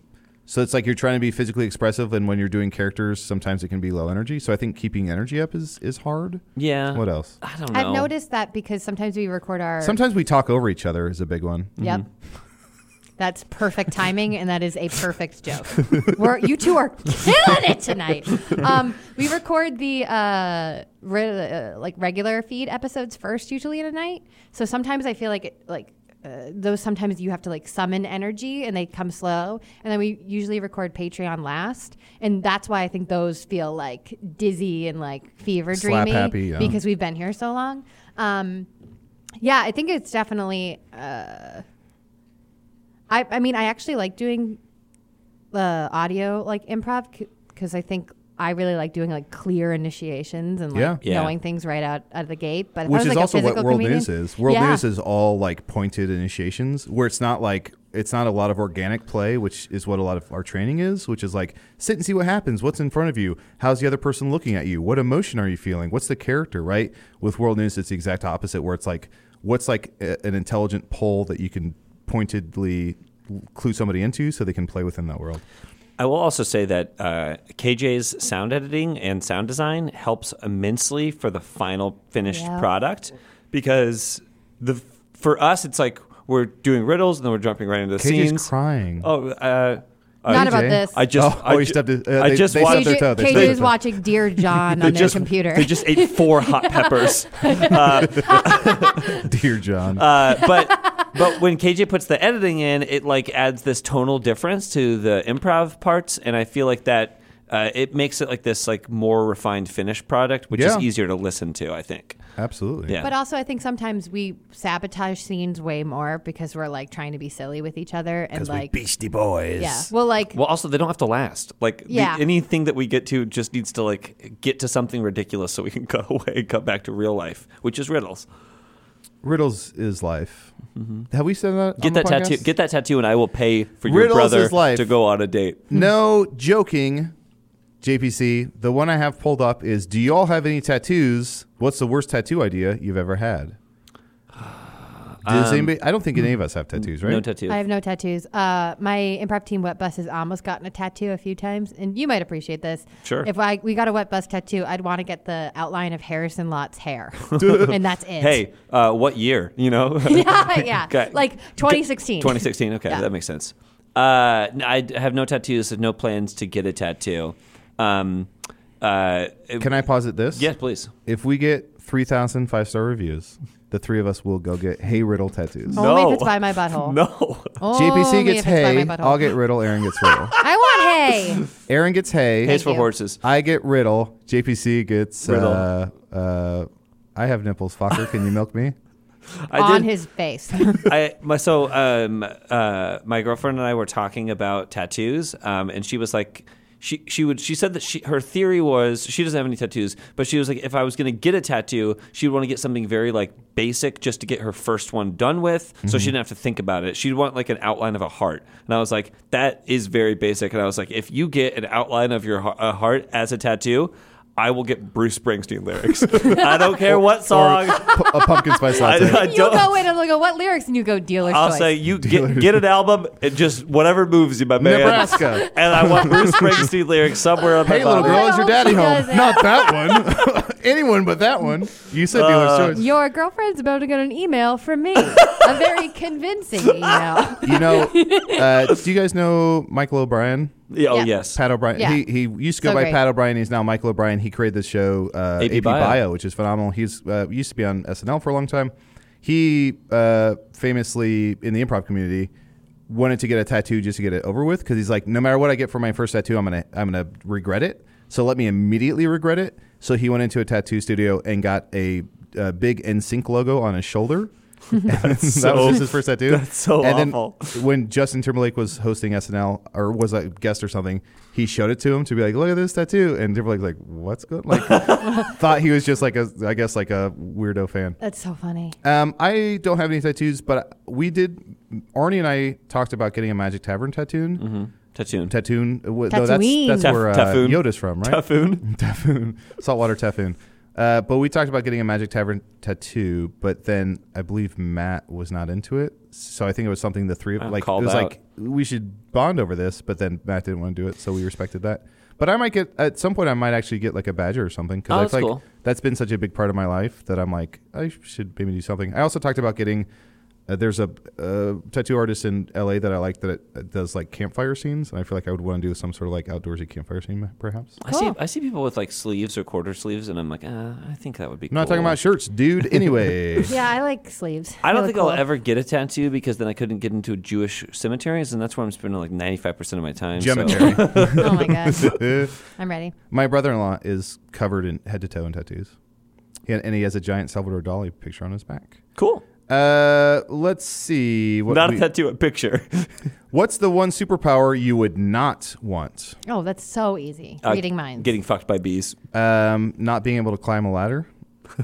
C: So it's like you're trying to be physically expressive, and when you're doing characters, sometimes it can be low energy. So I think keeping energy up is is hard.
D: Yeah.
C: What else?
D: I don't know.
E: I've noticed that because sometimes we record our.
C: Sometimes we talk over each other is a big one.
E: Yep. That's perfect timing, and that is a perfect joke. We're, you two are killing it tonight. Um, we record the uh, re- uh, like regular feed episodes first, usually in a night. So sometimes I feel like it, like uh, those. Sometimes you have to like summon energy, and they come slow. And then we usually record Patreon last, and that's why I think those feel like dizzy and like fever
C: Slap
E: dreamy
C: happy, yeah.
E: because we've been here so long. Um, yeah, I think it's definitely. Uh, I I mean, I actually like doing the audio like improv because I think I really like doing like clear initiations and like
C: Yeah.
D: Yeah.
E: knowing things right out, out of the gate. But if I
C: which
E: was,
C: is
E: like, a
C: also what
E: physical
C: world
E: comedian-
C: news is world
E: Yeah.
C: news is all like pointed initiations where it's not like it's not a lot of organic play which is what a lot of our training is which is like sit and see what happens what's in front of you how's the other person looking at you what emotion are you feeling what's the character right with world news it's the exact opposite where it's like what's like a- an intelligent pull that you can pointedly clue somebody into so they can play within that world
D: I will also say that uh, KJ's sound editing and sound design helps immensely for the final finished
E: Yeah.
D: product because the for us it's like we're doing riddles and then we're jumping right into the
C: KJ's
D: scenes.
C: crying
D: Oh, uh,
E: Not
D: I-
E: about this.
D: I just
C: oh,
D: I,
C: he
D: ju-
C: stepped his- uh,
D: I
C: they-
D: just
C: they
D: watched
C: stepped their toe,
E: KJ,
C: they
E: KJ
C: stepped
E: is
C: their toe.
E: watching Dear John on their
D: just,
E: computer.
D: They just ate four hot peppers.
C: dear john
D: Uh, but but when KJ puts the editing in, it like adds this tonal difference to the improv parts, and I feel like that uh, it makes it like this like more refined finished product, which
C: Yeah.
D: is easier to listen to. I think.
C: absolutely
D: Yeah.
E: But also, I think sometimes we sabotage scenes way more because we're like trying to be silly with each other and like
C: beastie boys
E: yeah. Well, like
D: Well, also they don't have to last. Like the-
E: Yeah.
D: anything that we get to just needs to like get to something ridiculous so we can cut away and cut back to real life, which is riddles.
C: Riddles is life. Have we said that?
D: Get
C: on the
D: that tattoo.
C: podcast?
D: Get that tattoo, and I will pay for your
C: Riddles
D: brother
C: is life.
D: to go on a date.
C: no joking. JPC, the one I have pulled up is: Do you all have any tattoos? What's the worst tattoo idea you've ever had? Does anybody? I don't think any of us have tattoos, right?
D: Um, No tattoo.
E: I have no tattoos. Uh, my improv team, Wet Bus, has almost gotten a tattoo a few times, and you might appreciate this.
D: Sure.
E: If I we got a Wet Bus tattoo, I'd want to get the outline of Harrison Lott's hair, and that's it.
D: hey, uh, what year? You know.
E: yeah, yeah.
D: Okay.
E: Like 2016.
D: 2016. Okay,
E: Yeah.
D: that makes sense. Uh, n- I d- have no tattoos. Have no plans to get a tattoo. Um, uh, it-
C: Can I posit this?
D: yes, please.
C: If we get 3,000 five star reviews, the three of us will go get Hey Riddle tattoos.
E: Only
D: No.
E: if it's by my butthole.
D: No.
E: Only
C: JPC
E: if
C: gets
E: it's by
C: Hey.
E: my butthole.
C: I'll get Riddle. Aaron gets Riddle.
E: I want hay.
C: Aaron gets Hey.
D: Pays for
E: you.
D: horses.
C: I get Riddle. JPC gets
D: Riddle.
C: Uh, uh, I have nipples. Fucker, can you milk me?
D: I
E: on
D: did-
E: his face.
D: I my so um uh my girlfriend and I were talking about tattoos um and she was like she she would she said that she her theory was she doesn't have any tattoos but she was like if I was gonna get a tattoo she'd want to get something very like basic just to get her first one done with
C: Mm-hmm.
D: so she didn't have to think about it she'd want like an outline of a heart and I was like that is very basic and I was like if you get an outline of your ha- a heart as a tattoo I will get Bruce Springsteen lyrics. I don't care what
C: Or
D: song.
C: pu- a pumpkin spice
D: I,
C: latte.
D: I
E: You
D: don't.
E: go in and go, what lyrics? And you go, dealer's
D: I'll
E: choice.
D: say you get, get an album and just whatever moves you, my man.
C: Nebraska.
D: And I want Bruce Springsteen lyrics somewhere on
C: Hey,
D: my
C: little
D: body.
C: girl, is your
E: I hope
C: daddy
E: she
C: home?
E: does it.
C: Not that one. Anyone but that one. You said
D: Uh,
C: dealer's choice.
E: Your girlfriend's about to get an email from me. a very convincing email.
C: You know, uh, do you guys know Michael O'Brien?
D: Yeah, oh
E: Yeah.
D: yes.
C: Pat O'Brien.
E: Yeah.
C: He, he used to go
E: So
C: by
E: great.
C: Pat O'Brien. He's now Michael O'Brien. He created this show, uh,
D: AP
C: AP,
D: Bio.
C: Bio. which is phenomenal. He's uh, used to be on SNL for a long time. He uh, famously in the improv community wanted to get a tattoo just to get it over with because he's like, no matter what I get for my first tattoo, I'm gonna I'm gonna regret it. So let me immediately regret it. So he went into a tattoo studio and got a, uh big NSYNC logo on his shoulder. that's that
D: so-
C: was just his first tattoo.
D: that's so
C: and
D: awful.
C: Then, when Justin Timberlake was hosting SNL or was a guest or something, he showed it to him to be like, "Look at this tattoo," and Timberlake's like, "What's good?" Like, thought he was just like a, I guess like a weirdo fan.
E: That's so funny.
C: Um, I don't have any tattoos, but we did. Arnie and I talked about getting a Magic Tavern tattoo.
D: Tattoon.
C: Tattoon. w- Though that's
E: Tatooine.
C: that's
D: Mm-hmm. Taf-
C: where uh,
D: Tafoon.
C: Yoda's from, right?
D: Tattoon.
C: Typhoon, saltwater typhoon. Uh, but we talked about getting a Magic Tavern tattoo, but then I believe Matt was not into it. So I think it was something the three of
D: Oh,
C: like it
D: called
C: was
D: out.
C: like we should bond over this, but then Matt didn't want to do it, so we respected that. But I might get at some point I might actually get like a badger or something
D: Oh,
C: because I
D: that's
C: feel like
D: cool.
C: that's been such a big part of my life that I'm like I should maybe do something. I also talked about getting uh, there's a uh, tattoo artist in LA that I like that uh does like campfire scenes, and I feel like I would want to do some sort of like outdoorsy campfire scene perhaps.
D: I see.
E: Cool.
D: I see people with like sleeves or quarter sleeves, and I'm like, uh, I think that would be.
C: I'm not talking about shirts, dude. Anyway,
E: Yeah, I like sleeves.
D: I don't
E: They
D: think
E: look
D: I'll
E: cool.
D: ever get a tattoo because then I couldn't get into Jewish cemeteries, and that's where I'm spending like 95 percent of my time. so-
C: Gemetary.
E: Oh my god, I'm ready.
C: My brother-in-law is covered in head to toe in tattoos, He- and he has a giant Salvador Dali picture on his back.
D: Cool.
C: Uh, let's see. What
D: not
C: we-
D: a tattoo, a picture.
C: What's the one superpower you would not want?
E: Oh, that's so easy.
D: Uh,
E: Reading minds.
D: Getting fucked by bees.
C: Um, not being able to climb a ladder.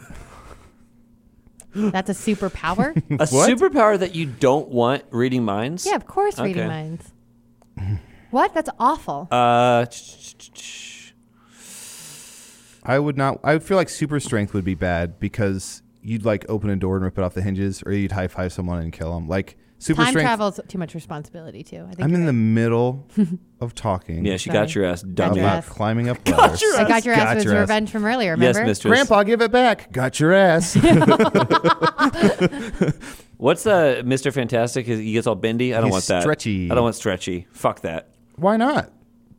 E: that's a superpower.
D: A superpower that you don't want. Reading minds.
E: yeah, of course, reading
D: Okay.
E: minds. What? That's awful.
D: Uh, ch- ch- ch-
C: I would not. I feel like super strength would be bad because you'd like open a door and rip it off the hinges, or you'd high five someone and kill them. Like super
E: Time
C: strength.
E: travel's too much responsibility too. I think
C: I'm
E: you're
C: in the
E: right.
C: middle of talking.
D: yeah, she
E: Sorry.
D: got your ass
E: Got
D: dumped.
E: your
C: about
E: ass.
C: climbing up ladders.
E: I got your
C: Got
E: ass was
C: your ass.
E: revenge from earlier.
D: Yes,
E: Remember?
D: mistress.
C: Grandpa, give it back. Got your ass.
D: What's the Mr. Fantastic? He gets all bendy. I don't
C: He's
D: want that.
C: stretchy.
D: I don't want stretchy. Fuck that.
C: Why not?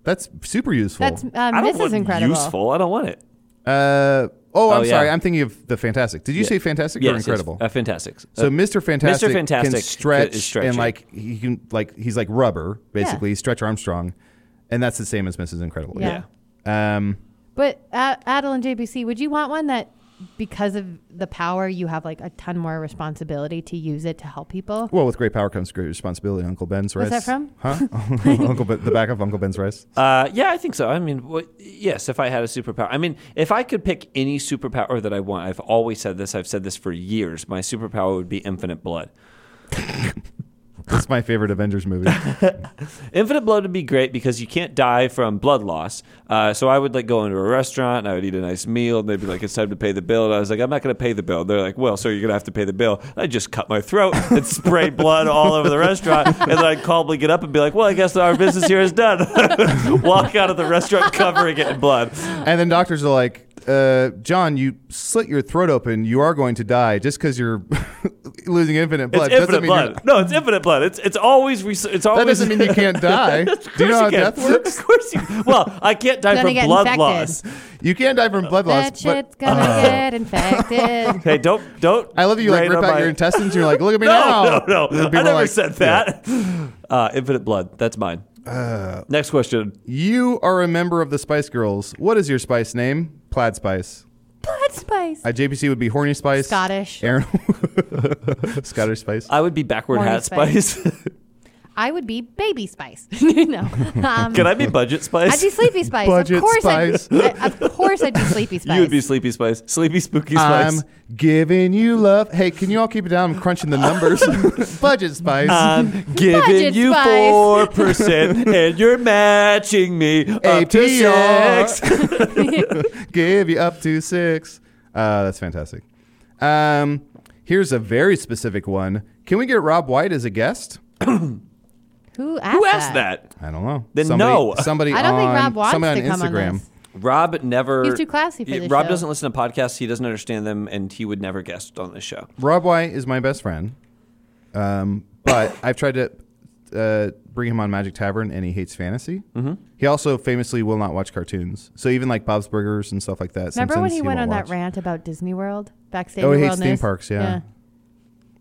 C: That's super useful.
E: That's
D: I
E: um,
D: don't
E: this
D: want
E: is incredible.
D: useful. I don't want it.
C: uh, oh, I'm
D: yeah.
C: sorry. I'm thinking of the Fantastic. Did you say Fantastic
D: Yes,
C: or
D: yes,
C: Incredible?
D: uh, fantastic.
C: so
D: Uh,
C: Mr. Fantastic,
D: Fantastic
C: can stretch
D: is stretchy.
C: and like he can like he's like rubber basically. Stretch Armstrong, and that's the same as Mrs. Incredible.
E: Yeah.
D: yeah.
C: Um,
E: But uh, Adel and JBC, would you want one that because of the power you have like a ton more responsibility to use it to help people?
C: well, with great power comes great responsibility. Uncle Ben's rice.
E: Where's that from?
C: Huh? Uncle ben, the back of Uncle Ben's rice.
D: Uh, yeah, I think so. I mean, what, yes, if I had a superpower. I mean, if I could pick any superpower that I want, I've always said this, I've said this for years. My superpower would be infinite blood.
C: That's my favorite Avengers movie.
D: Infinite blood would be great because you can't die from blood loss. Uh, so I would like go into a restaurant and I would eat a nice meal and they'd be like, it's time to pay the bill. And I was like, I'm not going to pay the bill. And they're like, well, sir, you're going to have to pay the bill. And I'd just cut my throat and spray blood all over the restaurant. And then I'd calmly get up and be like, well, I guess our business here is done. Walk out of the restaurant covering it in blood.
C: And then doctors are like, uh, John, you slit your throat open. You are going to die just because you're losing infinite blood.
D: it's
C: Doesn't
D: infinite
C: mean you're-
D: blood. No, it's infinite blood. It's it's always re- it's always.
C: That doesn't mean you can't die. Do you know how death works?
D: Of course you. Well, I can't die
E: Gonna
D: from
E: get
D: blood
E: infected.
D: loss.
C: You can die from blood
E: That
C: loss. But
E: shit's gonna get infected.
D: Hey, don't don't.
C: I love that you like
D: rain
C: rip
D: on
C: out
D: my-
C: your intestines. And you're like, look at me
D: No,
C: now.
D: no,
C: And
D: no. I
C: people are
D: never
C: like,
D: said that. Uh, infinite blood. That's mine.
C: Uh,
D: Next question.
C: You are a member of the Spice Girls. What is your spice name? Plaid Spice.
E: Blood spice.
C: I JPC would be Horny Spice.
E: Scottish.
C: Aaron. Scottish Spice.
D: I would be backward
E: Morning
D: hat
E: spice.
D: spice.
E: I would be Baby Spice. no, um,
D: Can I be budget spice?
E: I'd be Sleepy Spice.
C: Budget
E: of course,
C: Spice.
E: I'd, I- of course, I'd be Sleepy Spice.
D: you would be sleepy spice, sleepy spooky
C: I'm
D: spice.
C: giving you love. Hey, can you all keep it down? I'm crunching the numbers. Budget spice.
D: I'm, giving
E: Budget
D: you
E: spice.
D: four percent, and you're matching me up to
C: APR.
D: six.
C: Give you up to six. Uh, that's fantastic. Um, here's a very specific one. Can we get Rob White as a guest?
E: Who asked,
D: Who asked that?
C: I don't know.
D: Then
C: somebody,
D: no.
C: Somebody
E: I don't
C: on,
E: think Rob wants
C: somebody
E: to
C: on
E: come
C: Instagram.
E: on this.
D: Rob never.
E: He's too classy for
D: Yeah,
E: this
D: Rob
E: show.
D: doesn't listen to podcasts. He doesn't understand them, and he would never guest on this show.
C: Rob White is my best friend, um, but I've tried to uh, bring him on Magic Tavern, and he hates fantasy. Mm-hmm. He also famously will not watch cartoons. So even like Bob's Burgers and stuff like that.
E: Remember when
C: Simpsons,
E: he went on
C: won't
E: that
C: watch.
E: rant about Disney World backstage?
C: Oh, he hates
E: wellness?
C: theme parks, yeah.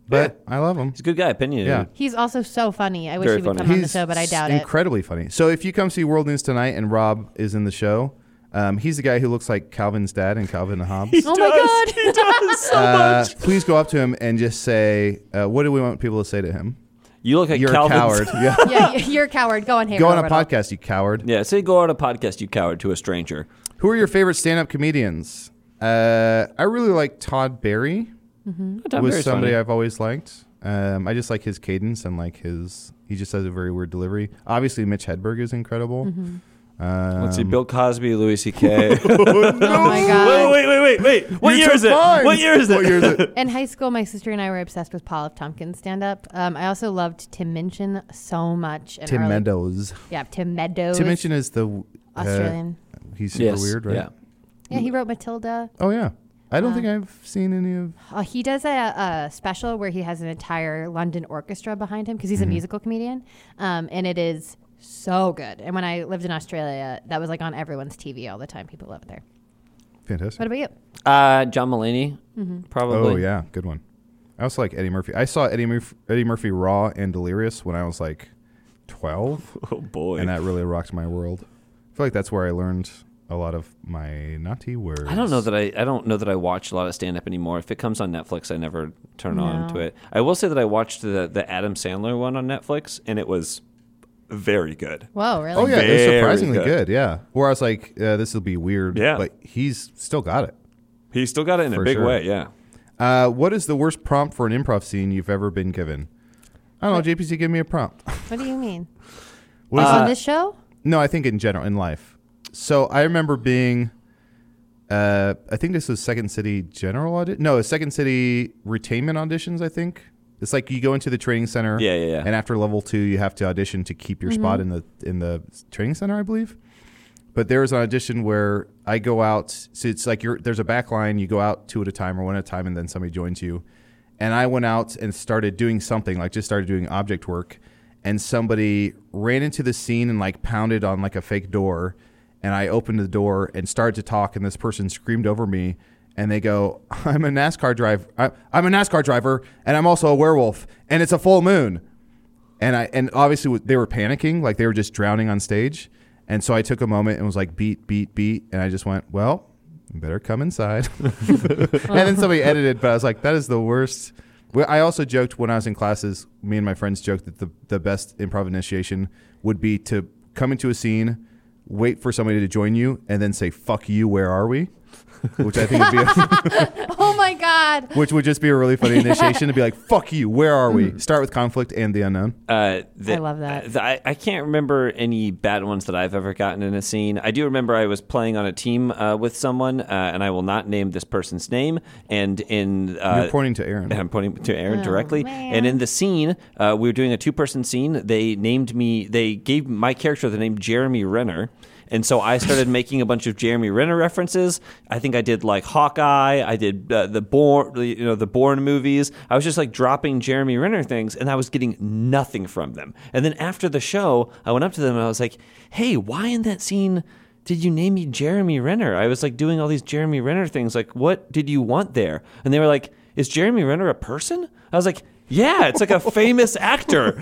C: But I love him.
D: He's a good guy. Opinion.
C: Yeah.
E: He's also so funny. I wish
D: Very
E: he would
D: funny.
E: come on the show, but I doubt it.
C: Incredibly funny. So if you come see World News tonight and Rob is in the show, um, he's the guy who looks like Calvin's dad in Calvin and Hobbes.
E: oh my god!
C: uh, please go up to him and just say, uh, "What do we want people to say to him?"
D: You look like
C: You're
D: Calvin's-
C: a coward. Yeah.
E: yeah, y- you're a coward. Go on here.
C: go on a podcast, you coward.
D: Yeah, say go on a podcast, you coward, to a stranger.
C: Who are your favorite stand-up comedians? Uh, I really like Todd Barry.
D: Tom
C: was
D: Barry's
C: somebody
D: funny.
C: I've always liked. Um, I just like his cadence and like his. He just has a very weird delivery. Obviously, Mitch Hedberg is incredible.
E: Mm-hmm.
D: Let's see,
C: Um,
D: Bill Cosby, Louis C.K. wait,
E: Oh my god!
D: wait, wait, wait, wait. What
C: You
D: year
C: took
D: is it?
C: mine.
D: What year is it?
C: What year is it?
E: In high school, my sister and I were obsessed with Paul F. Tompkins stand up. Um, I also loved Tim Minchin so much. and
C: Tim
E: early-
C: Meadows.
E: Yeah, Tim Meadows.
C: Tim Minchin is the uh,
E: Australian.
C: he's super
D: Yes.
C: weird, right?
D: Yeah.
E: yeah, he wrote Matilda.
C: Oh yeah. I don't think I've seen any of.
E: Uh, he does a, a special where he has an entire London orchestra behind him because he's a musical comedian, um, and it is so good. And when I lived in Australia, that was like on everyone's TV all the time. People love it there.
C: Fantastic.
E: What about you?
D: Uh, John Mulaney, probably.
C: Oh yeah, good one. I also like Eddie Murphy. I saw Eddie Murphy, Eddie Murphy Raw and Delirious when I was like twelve,
D: Oh boy.
C: and that really rocked my world. I feel like that's where I learned a lot of my naughty words.
D: I don't know that I, I don't know that I watch a lot of stand up anymore. If it comes on Netflix, I never turn on
E: No.
D: to it. I will say that I watched the the Adam Sandler one on Netflix, and it was very good.
E: Whoa, really?
C: Oh yeah, it was
D: Very
C: surprisingly
D: good.
C: good. Yeah, where I was like, uh, this will be weird.
D: Yeah.
C: but he's still got it.
D: He still got it in a
C: For
D: big
C: sure.
D: way. Yeah.
C: Uh, what is the worst prompt for an improv scene you've ever been given? I don't know, JPC, give me a prompt.
E: What do you mean?
C: What is
E: Like
C: it?
E: on this show?
C: No, I think in general in life. So I remember being, uh, I think this was Second City General Audit. No, it was Second City Retainment auditions. I think it's like you go into the training center.
D: Yeah, yeah, yeah.
C: And after level two, you have to audition to keep your spot in the in the training center, I believe. But there was an audition where I go out. So it's like you're there's a back line. You go out two at a time or one at a time, and then somebody joins you. And I went out and started doing something, like just started doing object work. And somebody ran into the scene and like pounded on like a fake door. And I opened the door and started to talk, and this person screamed over me. And they go, "I'm a NASCAR driver. I- I'm a NASCAR driver, and I'm also a werewolf, and it's a full moon." and I and obviously w- they were panicking, like they were just drowning on stage. And so I took a moment and was like, beat, beat, beat, and I just went, well, you better come inside. and then somebody edited, but I was like, that is the worst. Well, I also joked when I was in classes. Me and my friends joked that the the best improv initiation would be to come into a scene, wait for somebody to join you, and then say, "Fuck you, where are we?" Which I think would be. A,
E: Oh my god!
C: which would just be a really funny initiation to be like, fuck you, where are we? Start with conflict and the unknown.
D: Uh, the-
E: I love that.
D: uh, the- I, I can't remember any bad ones that I've ever gotten in a scene. I do remember I was playing on a team uh, with someone, uh, and I will not name this person's name. And in uh,
C: You're pointing to Aaron.
D: I'm pointing to Aaron
E: Oh,
D: directly.
E: man.
D: And in the scene, uh, we were doing a two person scene. They named me. They gave my character the name Jeremy Renner. And so I started making a bunch of Jeremy Renner references. I think I did like Hawkeye. I did uh, the Born, you know, the Born movies. I was just like dropping Jeremy Renner things, and I was getting nothing from them. And then after the show, I went up to them and I was like, "Hey, why in that scene?" did you name me Jeremy Renner? I was like doing all these Jeremy Renner things. Like, what did you want there? And they were like, is Jeremy Renner a person? I was like, yeah, it's like a famous actor.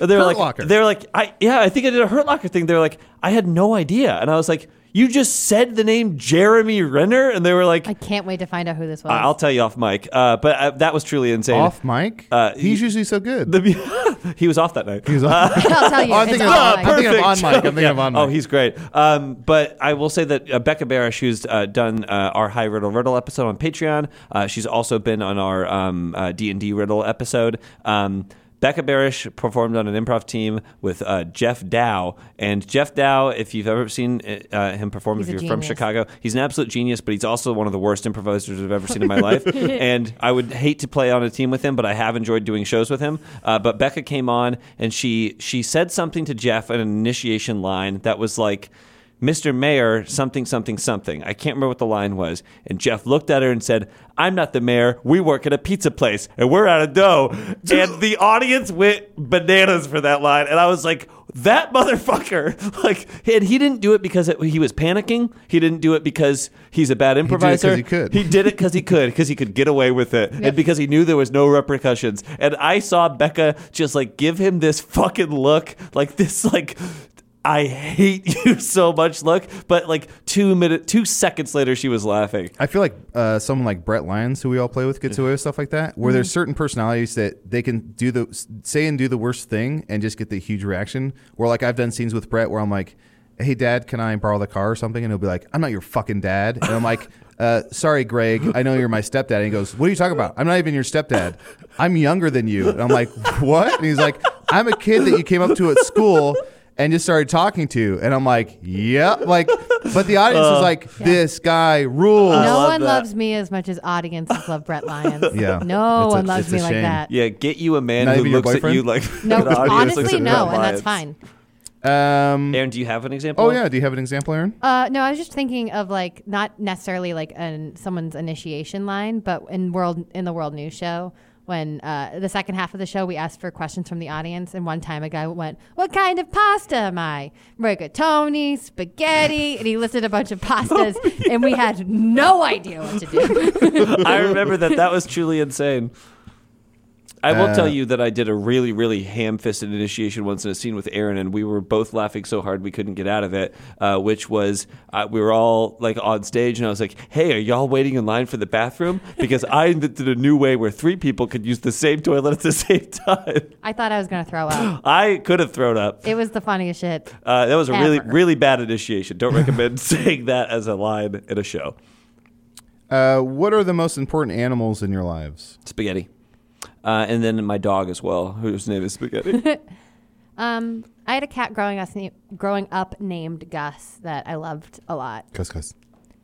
D: And they were
C: Hurt
D: like,
C: Locker.
D: they were like, I yeah, I think I did a Hurt Locker thing. They were like, I had no idea, and I was like, You just said the name Jeremy Renner, and they were like,
E: I can't wait to find out who this was.
D: I- will tell you off mic. Uh, but uh, that was truly insane.
C: Off mic?
D: Uh,
C: He's usually so good.
D: The- he was off that night.
C: He's off-
E: I'll tell you.
C: Oh, I
E: It's
C: think
E: all
C: it's-
E: mine.
C: I'm thinking of on mic. I'm thinking
D: Yeah.
C: of on mic.
D: Oh, he's great. Um, but I will say that uh, Becca Barish, who's uh, done uh, our High Riddle Riddle episode on Patreon, uh, she's also been on our um, uh, D&D Riddle episode. Um, Becca Barish performed on an improv team with uh, Jeff Dow. And Jeff Dow, if you've ever seen uh, him perform, if
E: He's a
D: you're from
E: genius.
D: Chicago, he's an absolute genius, but he's also one of the worst improvisers I've ever seen in my life. And I would hate to play on a team with him, but I have enjoyed doing shows with him. Uh, but Becca came on and she she said something to Jeff in an initiation line that was like. Mr. Mayor, something, something, something. I can't remember what the line was. And Jeff looked at her and said, I'm not the mayor. We work at a pizza place and we're out of dough. And the audience went bananas for that line. And I was like, that motherfucker. Like, and he didn't do it because it, he was panicking. He didn't do it because he's a bad improviser.
C: 'cause he could.
D: He did it because he could, because he could get away with it, and because he knew there was no repercussions. And I saw Becca just like give him this fucking look, like this, like. I hate you so much. Look, but like two minute, two seconds later, she was laughing.
C: I feel like uh, someone like Brett Lyons, who we all play with, gets away with stuff like that, where there's certain personalities that they can do the say and do the worst thing and just get the huge reaction. Where like I've done scenes with Brett where I'm like, "Hey, Dad, can I borrow the car or something?" And he'll be like, "I'm not your fucking dad," and I'm like. Uh, sorry, Greg. I know you're my stepdad. And he goes, "What are you talking about? I'm not even your stepdad. I'm younger than you." And I'm like, "What?" And he's like, "I'm a kid that you came up to at school and just started talking to." And I'm like, "Yep." Like, but the audience is like, "This guy rules."
E: no
D: love
E: one
D: that.
E: loves me as much as audiences love Brett Lyons.
C: Yeah.
E: No
C: It's a-
E: one
C: it's
E: loves
C: a
E: me like
C: shame.
E: that.
D: Yeah, get you a man
C: Not
D: who
C: even your
D: looks at
C: boyfriend?
D: you like
E: No,
D: an audience looks
E: honestly,
D: at
E: no,
D: Brett
E: and that's
D: Lyons.
E: fine.
C: Um,
D: Aaron, do you have an example?
C: oh yeah, do you have an example, Aaron?
E: Uh, no, I was just thinking of like not necessarily like an someone's initiation line, but in world in the world news show when uh, the second half of the show we asked for questions from the audience, and one time a guy went, "What kind of pasta am I? Rigatoni, spaghetti," and he listed a bunch of pastas, and we had no idea what to do.
D: I remember that. That was truly insane. I will
C: Uh,
D: tell you that I did a really, really ham-fisted initiation once in a scene with Aaron, and we were both laughing so hard we couldn't get out of it. Uh, which was uh, we were all like on stage, and I was like, "Hey, are y'all waiting in line for the bathroom?" Because I invented a new way where three people could use the same toilet at the same time.
E: I thought I was gonna throw up.
D: I could have thrown up.
E: It was the funniest shit.
D: Uh, that was a really,
E: Ever.
D: really bad initiation. Don't recommend saying that as a line in a show.
C: Uh, what are the most important animals in your lives?
D: Spaghetti. Uh, and then my dog as well, whose name is Spaghetti.
E: Um, I had a cat growing us na- growing up named Gus that I loved a lot.
C: Cuz cuz.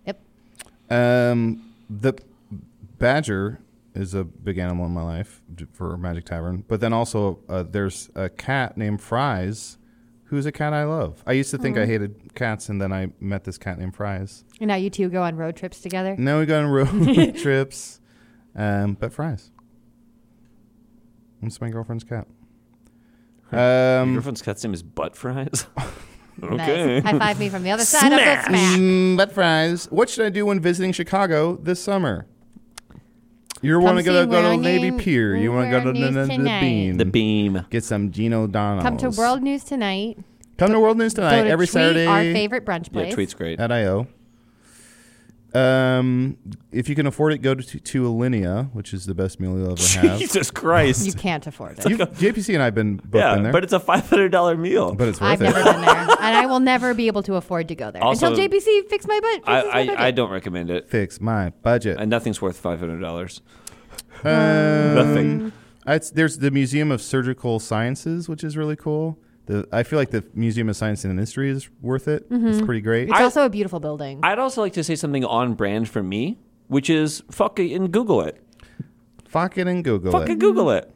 E: Yep.
C: Um, the badger is a big animal in my life d- for Magic Tavern, but then also uh, there's a cat named Fries, who's a cat I love. I used to think I hated cats, and then I met this cat named Fries.
E: And now you two go on road trips together.
C: Now we go on road trips, um, but Fries. It's my girlfriend's cat.
D: Your
C: Um,
D: girlfriend's cat's name is Butt Fries.
E: Nice.
D: okay.
E: High five me from the other side of the smack.
C: Mm, but fries. What should I do when visiting Chicago this summer? You
E: Come
C: want to go
E: see
C: to, go to
E: World
C: Navy
E: News-
C: Pier. You want to go to
E: World
C: the,
E: News
C: the, the
E: tonight.
C: Bean.
D: The beam.
C: Get some Gino Donalds.
E: Come to World News tonight.
C: Come to World News tonight
E: go to
C: every
E: Tweet,
C: Saturday
E: Our favorite brunch
D: Yeah,
E: place.
D: tweet's great.
C: at IO. Um, if you can afford it, go to to Alinea, which is the best meal you'll ever have.
D: Jesus
E: You
D: Christ.
E: can't afford it.
C: You- JPC and I've been both
D: yeah,
C: been there,
D: but it's a $500 meal.
C: but it's worth
E: I've
C: it.
E: never been there, and I will never be able to afford to go there
D: Also-
E: until JPC fix my butt.
D: I,
E: fixes my budget.
D: I, I don't recommend it.
C: Fix my budget.
D: And nothing's worth $500.
C: Um,
D: Nothing.
C: It's, there's the Museum of Surgical Sciences, which is really cool. The I feel like the Museum of Science and Industry is worth it. It's pretty great.
E: It's
D: I-
E: also a beautiful building.
D: I'd also like to say something on brand for me, which is fuck it and Google it.
C: Fuck it and Google
D: Fucking
C: it.
D: Google it.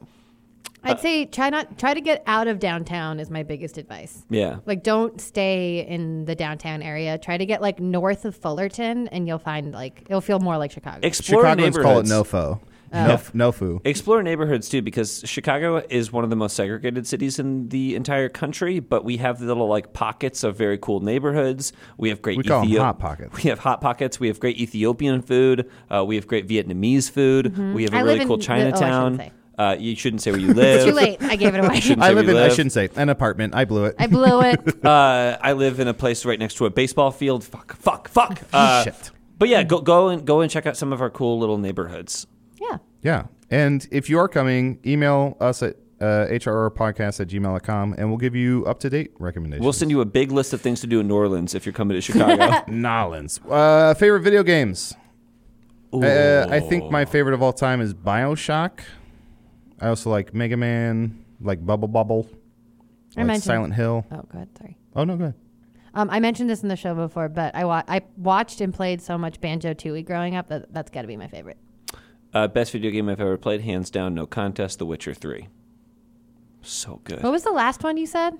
E: I'd say try not try to get out of downtown is my biggest advice.
D: Yeah.
E: Like don't stay in the downtown area. Try to get like north of Fullerton, and you'll find like it'll feel more like Chicago.
D: Explore
C: Chicagoans call it
D: neighborhoods.
C: nofo. Nof, nofu.
D: explore neighborhoods too because chicago is one of the most segregated cities in the entire country but we have little like pockets of very cool neighborhoods we have great
C: We call 'em
D: Ethio-
C: hot pockets.
D: we have hot pockets we have great ethiopian food uh, we have great vietnamese food we have a
E: Mm-hmm. I live
D: really
E: in
D: cool
E: the- oh, I shouldn't
D: chinatown
E: say.
D: Uh, you shouldn't say where you live.
E: Too late. I gave it away.
D: Shouldn't
C: I
D: say where
C: live
D: you
C: in. I shouldn't say an apartment. I blew it.
E: I blew it.
D: uh, I live in a place right next to a baseball field. Fuck, fuck, fuck. Uh,
C: Shit.
D: But yeah, go go and go and check out some of our cool little neighborhoods.
E: Yeah.
C: Yeah. And if you are coming, email us at uh, hrrpodcast at gmail.com and we'll give you up to date recommendations.
D: We'll send you a big list of things to do in New Orleans if you're coming to Chicago.
C: Nolans. Uh, favorite video games? Uh, I think
D: Ooh.
C: my favorite of all time is Bioshock. I also like Mega Man, like Bubble Bubble,
E: I
C: like
E: mentioned-
C: Silent Hill.
E: Oh, God. Sorry.
C: Oh, no, go ahead.
E: Um, I mentioned this in the show before, but I wa- I watched and played so much Banjo Tooie growing up that that's got to be my favorite.
D: Uh, best video game I've ever played, hands down, no contest. The Witcher Three, so good.
E: What was the last one you said?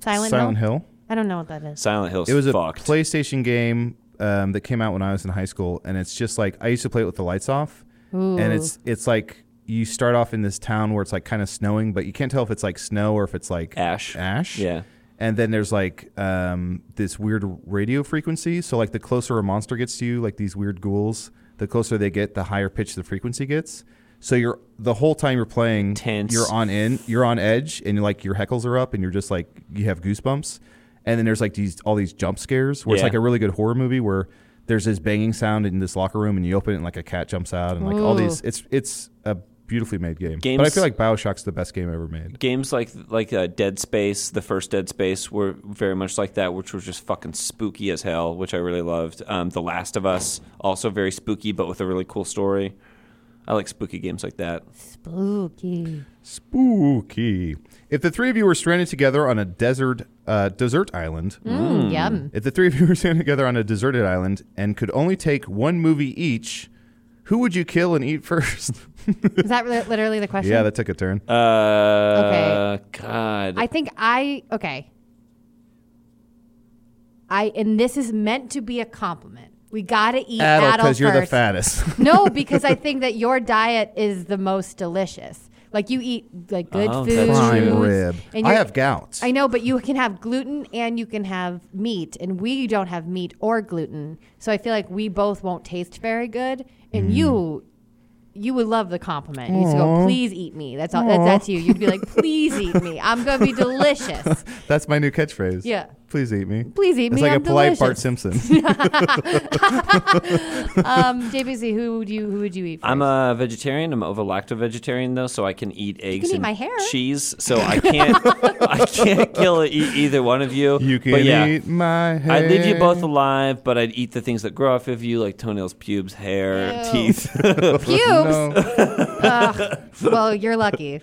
E: Silent, Hill?
C: Hill.
E: I don't know what that is.
D: Silent Hill.
C: It was a
D: fucked.
C: PlayStation game um, that came out when I was in high school, and it's just like I used to play it with the lights off, and it's it's like you start off in this town where it's like kind of snowing, but you can't tell if it's like snow or if it's like
D: Ash.
C: ash.
D: Yeah.
C: And then there's like um, this weird radio frequency. So like the closer a monster gets to you, like these weird ghouls, the closer they get, the higher pitch the frequency gets. So you're the whole time you're playing,
D: Tense.
C: You're on in, you're on edge, and you're like your heckles are up, and you're just like you have goosebumps. And then there's like these all these jump scares where it's
D: Yeah.
C: like a really good horror movie where there's this banging sound in this locker room, and you open it and like a cat jumps out, and like all
E: Ooh.
C: these. It's it's a beautifully made game. But I
D: Games-
C: feel like Bioshock's the best game ever made.
D: Games like like uh, Dead Space, the first Dead Space, were very much like that, which was just fucking spooky as hell, which I really loved. Um, the Last of Us, also very spooky, but with a really cool story. I like spooky games like that.
E: Spooky.
C: Spooky. If the three of you were stranded together on a desert uh, desert island,
E: Mm, Yum.
C: if the three of you were stranded together on a deserted island and could only take one movie each, who would you kill and eat first?
E: Is that really- literally the question?
C: yeah, that took a turn.
D: Uh, God,
E: I think I okay. I and this is meant to be a compliment. We gotta eat
C: Adult,
E: adult
C: because you're the
E: first.
C: fattest.
E: No, because I think that your diet is the most delicious. Like you eat like good
D: Oh,
E: food,
D: that's Prime true.
C: rib. I
E: you're-
C: have gout.
E: I know, but you can have gluten and you can have meat, and we don't have meat or gluten, so I feel like we both won't taste very good.
C: Mm.
E: And you, you would love the compliment. You used to go, "Please eat me." That's all. That, that's you. You'd be like, "Please eat me. I'm gonna be delicious.
C: That's my new catchphrase.
E: Yeah.
C: Please eat me.
E: Please eat
C: It's
E: me.
C: like
E: I'm
C: a polite Bart
E: delicious."
C: Simpson.
E: Um, JBC, who would you who would you eat? First?
D: I'm a vegetarian. I'm overlacto vegetarian though, so I can eat eggs
E: eat
D: and
E: my hair.
D: cheese. So I can't, I can't kill e- either one of you.
C: you can
D: but yeah,
C: eat my hair.
D: I'd leave you both alive, but I'd eat the things that grow off of you, like toenails, pubes, hair,
E: Ew.
D: teeth.
E: pubes.
C: No.
E: Ugh. well, you're lucky.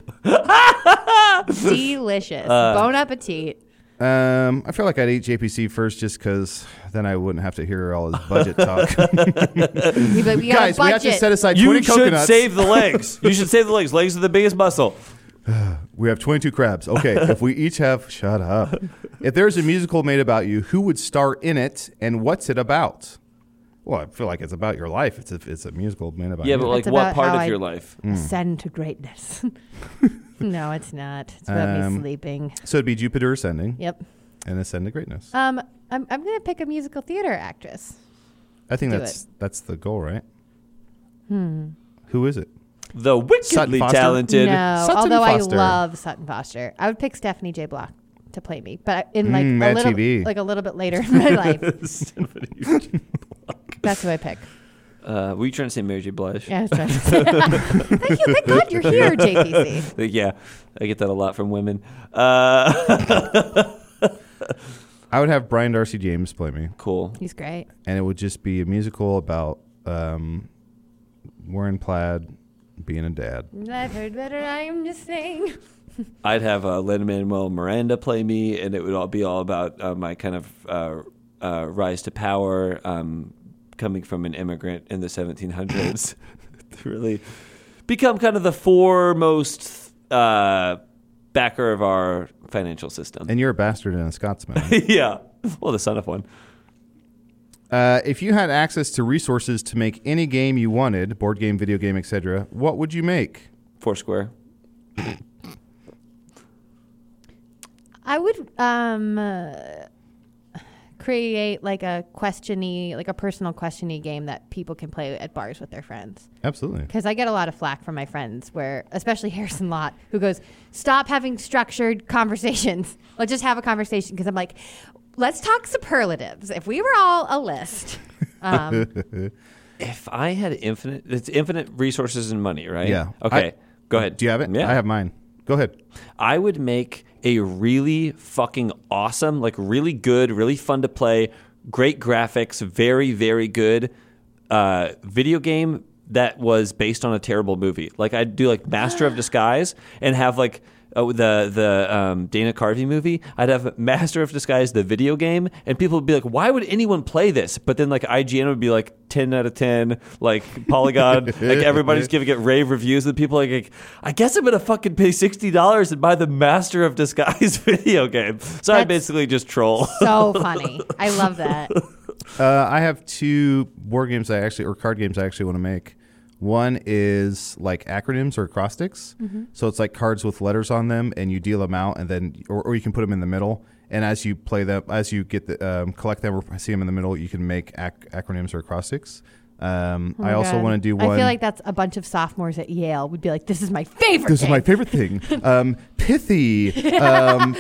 E: Delicious.
C: Uh,
E: bon appetit.
C: Um, I feel like I'd eat JPC first just because then I wouldn't have to hear all his budget talk.
E: You'd be like, we got
C: Guys,
E: a
C: we
E: budget.
C: have to set aside
D: you
C: 20
D: should
C: coconuts.
D: save the legs. You should save the legs. Legs are the biggest muscle.
C: We have 22 crabs. Okay, if we each have, shut up. If there's a musical made about you, who would star in it and what's it about? Well, I feel like it's about your life. It's a, it's a musical made about
D: Yeah,
C: you.
D: but like,
E: That's
D: what
E: about
D: part
E: how
D: of
E: I-
D: your life?
E: Ascend to greatness. no, it's not. It's about
C: Um,
E: me sleeping.
C: so it'd be Jupiter ascending
E: Yep.
C: and ascend to greatness.
E: Um, I'm, I'm going to pick a musical theater actress.
C: I think
E: do
C: that's that's the goal, right? Hmm. Who is it?
D: The wickedly
C: Foster?
D: talented.
E: no,
C: Sutton
E: although
C: Foster.
E: I love Sutton Foster. I would pick Stephanie J. Block to play me, but in like
C: Mm,
E: a
C: Mad
E: little,
C: TV.
E: like a little bit later in my life. That's who I pick.
D: Uh, were you trying to say Mary J. Blige?
E: Yeah, that's what I was Thank you. Thank God you're here, JPC.
D: Like, yeah, I get that a lot from women. Uh,
C: I would have Brian Darcy James play me,
D: cool.
E: He's great.
C: and it would just be a musical about um, wearing plaid, being a dad.
E: I've heard better. I'm just saying.
D: I'd have uh, Lin Manuel Miranda play me, and it would all be all about uh, my kind of uh, uh, rise to power, um, coming from an immigrant in the 1700s to really become kind of the foremost uh, backer of our financial system.
C: And you're a bastard and a Scotsman.
D: yeah, well, the son of one.
C: Uh, if you had access to resources to make any game you wanted, board game, video game, etc., what would you make?
D: Foursquare.
E: I would um uh, create like a questiony, like a personal questiony game that people can play at bars with their friends.
C: Absolutely.
E: Because I get a lot of flack from my friends, where especially Harrison Lott, who goes, "Stop having structured conversations. Let's just have a conversation." Because I'm like, "Let's talk superlatives. If we were all a list,
D: If I had infinite, it's infinite resources and money, right?
C: Yeah.
D: Okay.
C: I-
D: go ahead.
C: Do you have it?
D: Yeah.
C: I have mine. Go ahead.
D: I would make a really fucking awesome, like really good, really fun to play, great graphics, very, very good uh, video game that was based on a terrible movie. Like I'd do like Master of Disguise and have like oh, the the um, Dana Carvey movie. I'd have Master of Disguise, the video game, and people would be like, "Why would anyone play this?" But then like IGN would be like, 10 out of 10 like polygon like everybody's giving it rave reviews and people are like i guess i'm gonna fucking pay $60 and buy the master of disguise video game so i
E: That's-
D: basically just troll
E: so funny. I love that.
C: Uh, I have two board games I actually, or card games I actually want to make. One is like acronyms or acrostics.
E: Mm-hmm.
C: So it's like cards with letters on them, and you deal them out, and then, or, or you can put them in the middle. And as you play them, as you get the, um, collect them or see them in the middle, you can make ac- acronyms or acrostics. Um, I also
E: Oh God.
C: want to do one.
E: I feel like that's a bunch of sophomores at Yale would be like, "This is my favorite."
C: This is my
E: thing."
C: favorite thing. Um, pithy, um,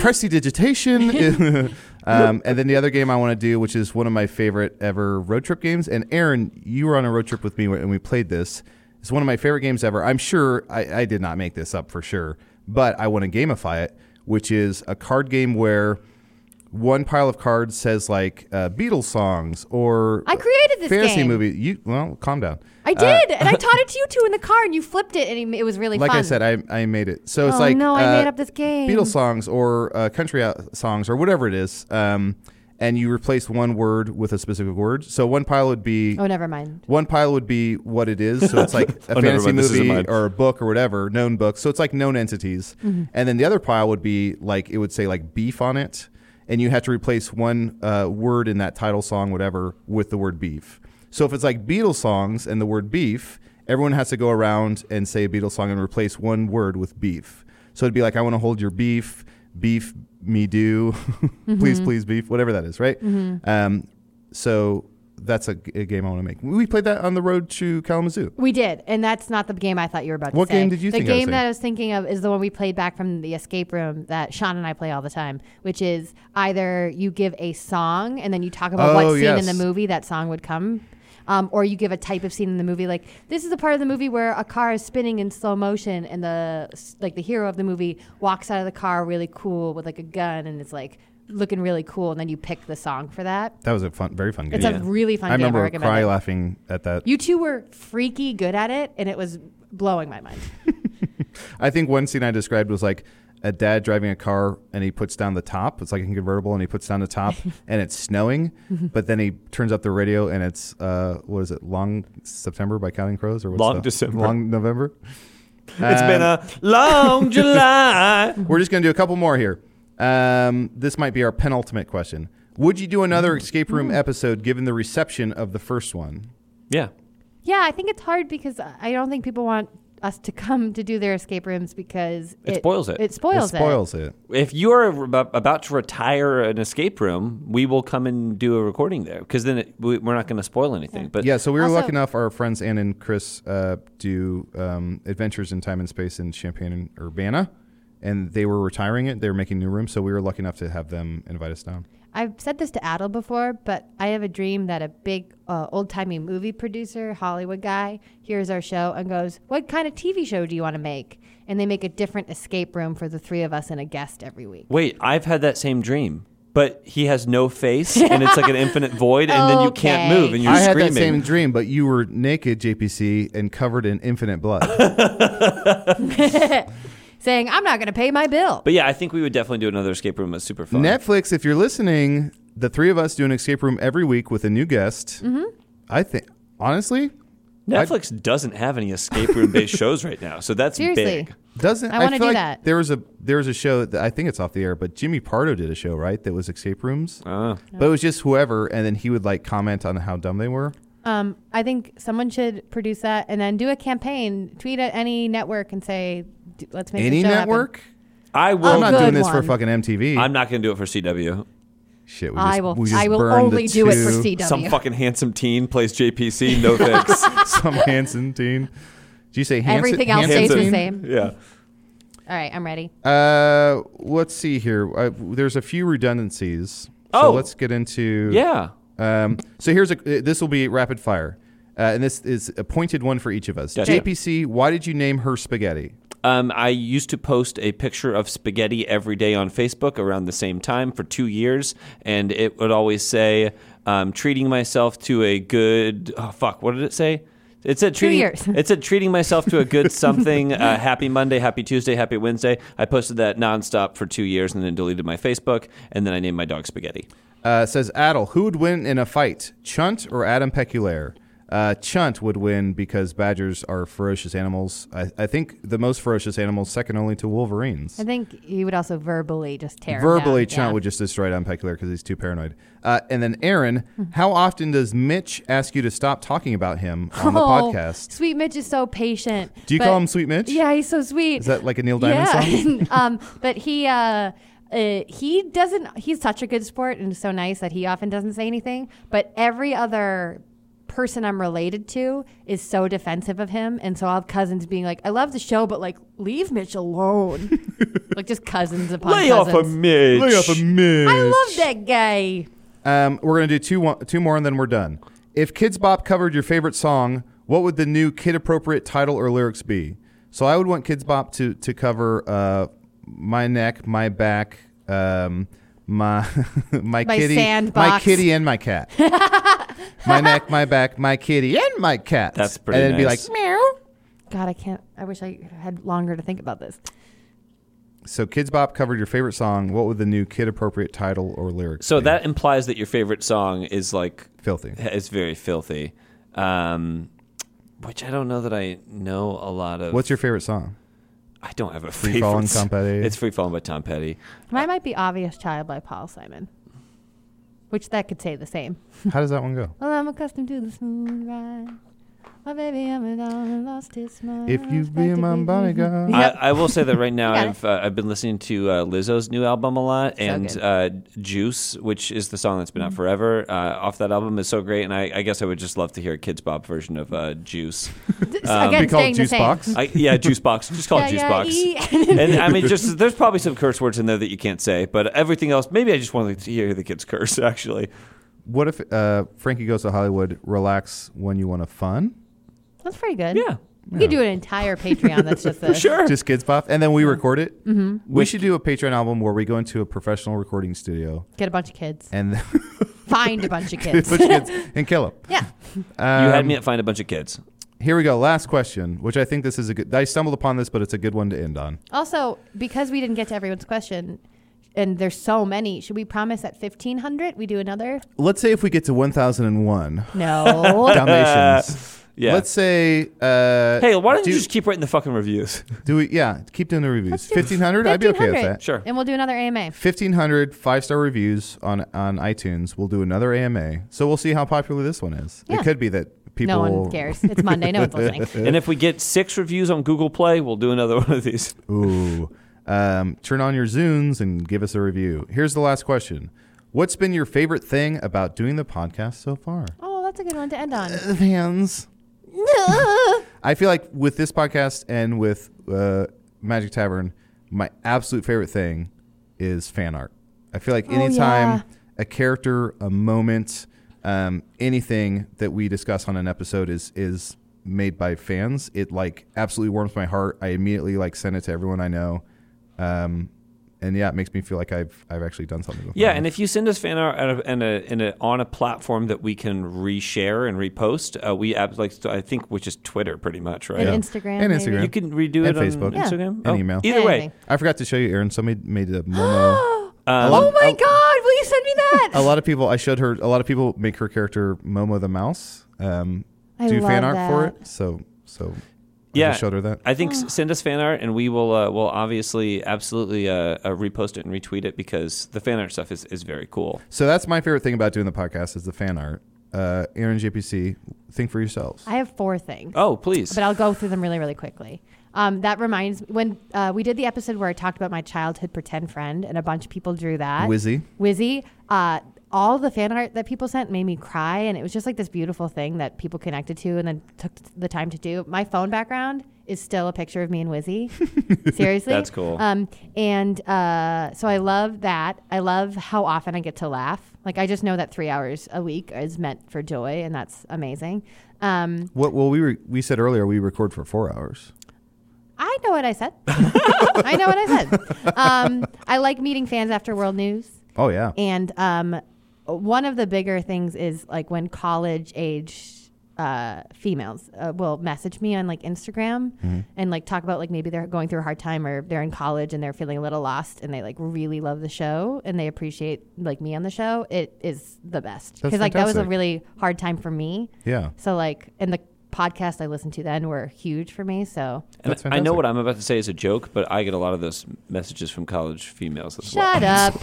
C: prestidigitation. um, and then the other game I want to do, which is one of my favorite ever road trip games. And Aaron, you were on a road trip with me when- and we played this. It's one of my favorite games ever. I'm sure I, I did not make this up for sure, but I want to gamify it, which is a card game where one pile of cards says like uh, Beatles songs or
E: I created this
C: fantasy
E: game.
C: movie. You well, calm down.
E: I did, and I taught it to you two in the car, and you flipped it, and it was really
C: like
E: fun.
C: I said, I, I made it. So it's
E: Oh,
C: like
E: no, I
C: uh,
E: made up this game.
C: Beatles songs or uh, country out- songs or whatever it is, um, and you replace one word with a specific word. So one pile would be
E: oh, never mind.
C: one pile would be what it is. So it's like a
D: Oh, never
C: fantasy
D: mind, this isn't
C: movie
D: mine.
C: or a book or whatever, known books. So it's like known entities. And then the other pile would be like it would say like beef on it, and you have to replace one uh, word in that title song, whatever, with the word beef. So if it's like Beatles songs and the word beef, everyone has to go around and say a Beatles song and replace one word with beef. So it'd be like I want to hold your beef, beef me do, please please beef, whatever that is, right? Um, so that's a, g- a game I want to make. We played that on the road to Kalamazoo.
E: We did, and that's not the game I thought you were about
C: What
E: to say.
C: game did you
E: The
C: think I was
E: game that
C: saying?
E: I was thinking of is the one we played back from the escape room that Sean and I play all the time, which is either you give a song and then you talk about
C: Oh,
E: what scene in
C: yes.
E: the movie that song would come. Um, or you give a type of scene in the movie, like this is the part of the movie where a car is spinning in slow motion, and the like the hero of the movie walks out of the car really cool with like a gun, and it's like looking really cool, and then you pick the song for that.
C: That was a fun, very fun game.
E: It's a really fun
C: I
E: game. I
C: remember
E: recommend
C: cry
E: it.
C: laughing at that.
E: You two were freaky good at it, and it was blowing my mind.
C: I think one scene I described was like a dad driving a car and he puts down the top. It's like a convertible and he puts down the top and it's snowing, but then he turns up the radio and it's uh, what is it? Long September by Counting Crows or what's
D: Long
C: the-
D: December.
C: Long November.
D: it's been a long july
C: Um, We're just gonna do a couple more here. Um, this might be our penultimate question. Would you do
E: Mm-hmm.
C: another escape room episode given the reception of the first one?
D: yeah
E: Yeah, I think it's hard because I don't think people want us to come to do their escape rooms because
D: It spoils it.
E: It spoils
C: it
E: it.
C: spoils it.
D: if you're ab- about to retire an escape room we will come and do a recording there because then it, we, we're not going to spoil anything but
C: Yeah, so we were
E: Also-
C: lucky enough. Our friends Ann and Chris uh, do um, Adventures in Time and Space in Champaign and Urbana, and they were retiring it. They were making new rooms, so we were lucky enough to have them invite us down.
E: I've said this to Adel before, but I have a dream that a big uh, old timey movie producer, Hollywood guy, hears our show and goes, "What kind of TV show do you want to make?" And they make a different escape room for the three of us and a guest every week.
D: Wait, I've had that same dream, but he has no face, and it's like an infinite void, and then you can't
E: Okay.
D: move, and you're
C: I had
D: screaming.
C: that same dream, but you were naked, JPC, and covered in infinite blood.
E: Saying, "I'm not going to pay my bill."
D: but yeah, I think we would definitely do another escape room. It's super fun.
C: Netflix, if you're listening, the three of us do an escape room every week with a new guest.
D: Mm-hmm.
C: I think, honestly,
D: Netflix doesn't have any escape room based shows right now, so that's
E: Seriously.
D: big.
C: Doesn't
E: I wanna
C: feel
E: do
C: like
E: that.
C: There was a there was a show that I think it's off the air, but Jimmy Pardo did a show right that was escape rooms.
D: Ah.
C: But it was just whoever, and then he would like comment on how dumb they were.
E: Um, I think someone should produce that and then do a campaign, tweet at any network and say, "D- "Let's make
C: Any
E: this show happen."
C: network?
D: I will.
C: I'm not
E: A good
C: doing this for
E: one.
C: fucking MTV.
D: I'm not going to do it for CW.
C: Shit, we just,
E: I will.
C: we just
E: I will
C: burned the
E: only do it for
C: two.
E: CW.
D: Some fucking handsome teen plays JPC. No thanks.
C: Some Hanson teen. Did you say Hanson?
E: Everything else
C: Hanson
E: stays the
C: teen?
E: same.
D: yeah.
E: All right, I'm ready.
C: Uh, let's see here. Uh, there's a few redundancies.
D: Oh.
C: So let's get into
D: Yeah.
C: Um, so here's a. This will be rapid fire, uh, and this is a pointed one for each of us.
D: Gotcha.
C: JPC, why did you name her spaghetti?
D: Um, I used to post a picture of spaghetti every day on Facebook around the same time for two years, and it would always say, um, "Treating myself to a good oh, fuck." What did it say? It said treating.
E: years.
D: It said treating myself to a good something. uh, happy Monday, happy Tuesday, happy Wednesday. I posted that nonstop for two years, and then deleted my Facebook, and then I named my dog Spaghetti.
C: Uh, says Adel, who would win in a fight, Chunt or Adam Peculaire? Uh, Chunt would win because badgers are ferocious animals. I, I think the most ferocious animals, second only to wolverines.
E: I think you would also verbally just tear. 'em
C: Verbally,
E: down.
C: Chunt would just destroy Adam Peculaire because he's too paranoid. Uh, and then Aaron,
E: Hmm.
C: how often does Mitch ask you to stop talking about him on the
E: Oh,
C: podcast?
E: Sweet Mitch is so patient.
C: Do you
E: but-
C: call him Sweet Mitch?
E: Yeah, he's so sweet.
C: Is that like a Neil Diamond song?
E: yeah. um, but he uh, uh, he doesn't. He's such a good sport and so nice that he often doesn't say anything. But every other person I'm related to is so defensive of him, and so I'll have cousins being like, "I love the show, but like, leave Mitch alone." like just cousins upon cousins.
D: Mitch.
C: Lay off of Mitch.
E: I love that guy.
C: Um, we're gonna do two one, two more and then we're done. If Kids Bop covered your favorite song, what would the new kid appropriate title or lyrics be? So I would want Kids Bop to to cover uh, my neck, my back, um, my my, kitty, my
E: sandbox.
C: kitty and my cat. my neck, my back, my kitty and my cat.
D: That's pretty
C: And it'd be
D: nice.
C: like meow.
E: God, I can't. I wish I had longer to think about this.
C: So Kids Bop covered your favorite song. What would the new kid appropriate title or lyrics?
D: So
C: be?
D: that implies that your favorite song is like
C: filthy.
D: It's very filthy, um, which I don't know that I know a lot of.
C: What's your favorite song?
D: I don't have a
C: Free
D: favorite
C: Fallin'
D: song.
C: Tom Petty.
D: It's free falling by Tom Petty.
E: Mine might be Obvious Child by Paul Simon, which that could say the same.
C: How does that one go?
E: Well, I'm accustomed to the smooth ride. My baby, I'm a dog and lost his mind.
C: If you be my bodyguard.
D: I, I will say that right now
E: You got
D: I've uh, I've been listening to uh, Lizzo's new album a lot, and
E: good. Mm-hmm.
D: uh, Juice, which is the song that's been out forever, uh, off that album is so great. And I, I guess I would just love to hear a Kids Bob version of uh, Juice.
E: Again,
C: be called
E: staying the
C: Juice
E: same.
C: Box.
D: I, yeah, Juice Box. Just um, call it Juice
E: Yeah,
D: Box.
E: yeah,
D: and I mean, just there's probably some curse words in there that you can't say, but everything else. Maybe I just want to hear the kids curse. Actually,
C: What if uh, Frankie Goes to Hollywood? Relax when you want to fun.
E: That's pretty good.
D: yeah,
E: We could do an entire Patreon that's just this.
D: sure.
C: Just kids pop, and then we record it. Mm-hmm. We should do a Patreon album where we go into a professional recording studio
E: Get a bunch of kids.
C: and
E: Find a bunch of
C: push
E: kids.
C: kids and kill them.
E: yeah.
D: you had me at find a bunch of kids.
C: Here we go. Last question, which I think this is a good. I stumbled upon this, but it's a good one to end on.
E: Also, because we didn't get to everyone's question, and there's so many, should we promise at 1,500 we do another?
C: Let's say if we get to one thousand and one
E: No.
C: Dalmatians.
D: yeah.
C: Let's say. Uh,
D: Hey, why don't
C: do,
D: you just keep writing the fucking reviews?
C: do we? Yeah, keep doing the reviews.
E: Let's do
C: Fifteen hundred. I'd be okay with
E: 1,500.
C: that.
D: Sure.
E: and we'll do another AMA.
C: 1500 five star reviews on on iTunes. We'll do another AMA. So we'll see how popular this one is.
E: Yeah.
C: It could be that people
E: No one cares. It's Monday. No one's listening.
D: And if we get six reviews on Google Play, we'll do another one of these.
C: Ooh. Um, turn on your Zunes and give us a review. Here's the last question. What's been your favorite thing about doing the podcast so far?
E: Oh, that's a good one to end on.
C: Fans. I feel like with this podcast and with uh, Magic Tavern, my absolute favorite thing is fan art. I feel like anytime
E: Oh, yeah.
C: a character, a moment, um, anything that we discuss on an episode is is made by fans, it like absolutely warms my heart. I immediately like send it to everyone I know. Um, and yeah, it makes me feel like I've I've actually done something. With
D: Yeah,
C: my
D: and if you send us fan art at a, in a, in a, on a platform that we can reshare and repost, uh, we ab- like I think which is Twitter, pretty much, right?
E: And
C: Yeah.
E: Instagram.
C: And
E: maybe.
C: Instagram.
D: You can redo
C: And
D: it on
C: Facebook. Yeah.
D: Instagram, Oh,
C: And email.
D: Either way,
E: Anything.
C: I forgot to show you, Aaron. Somebody made a Momo.
D: um,
E: oh my God! Will you send me that?
C: a lot of people I showed her a lot of people make her character Momo the mouse um,
E: I
C: do fan
E: love
C: art for
E: that.
C: it so so I
D: yeah,
C: just showed her that
D: I think s- send us fan art, and we will uh, will obviously absolutely uh, uh, repost it and retweet it because the fan art stuff is, is very cool.
C: so that's my favorite thing about doing the podcast is the fan art uh, Aaron JPC think for yourselves
E: I have four things,
D: Oh, please.
E: but I'll go through them really, really quickly. Um, that reminds me when uh, we did the episode where I talked about my childhood pretend friend, and a bunch of people drew that
C: Wizzy.
E: Wizzy. Uh, all the fan art that people sent made me cry, and it was just like this beautiful thing that people connected to and then took the time to do. My phone background is still a picture of me and Wizzy. Seriously,
D: That's cool.
E: Um, and uh, so I love that. I love how often I get to laugh. Like I just know that three hours a week is meant for joy, and that's amazing. Um,
C: What? Well, we re- we said earlier we record for four hours.
E: I know what I said. I know what I said. Um, I like meeting fans after World News.
C: Oh yeah.
E: And um, one of the bigger things is like when college age uh, females uh, will message me on like Instagram
C: Mm-hmm.
E: and like talk about like maybe they're going through a hard time or they're in college and they're feeling a little lost and they like really love the show and they appreciate like me on the show. It is the best
C: That's
E: because like that was a
C: fantastic.
E: really hard time for me.
C: Yeah.
E: So like and the podcasts I listened to then were huge for me. So
D: And
C: That's
D: I know
C: fantastic.
D: what I'm about to say is a joke, but I get a lot of those messages from college females as well.
E: shut up.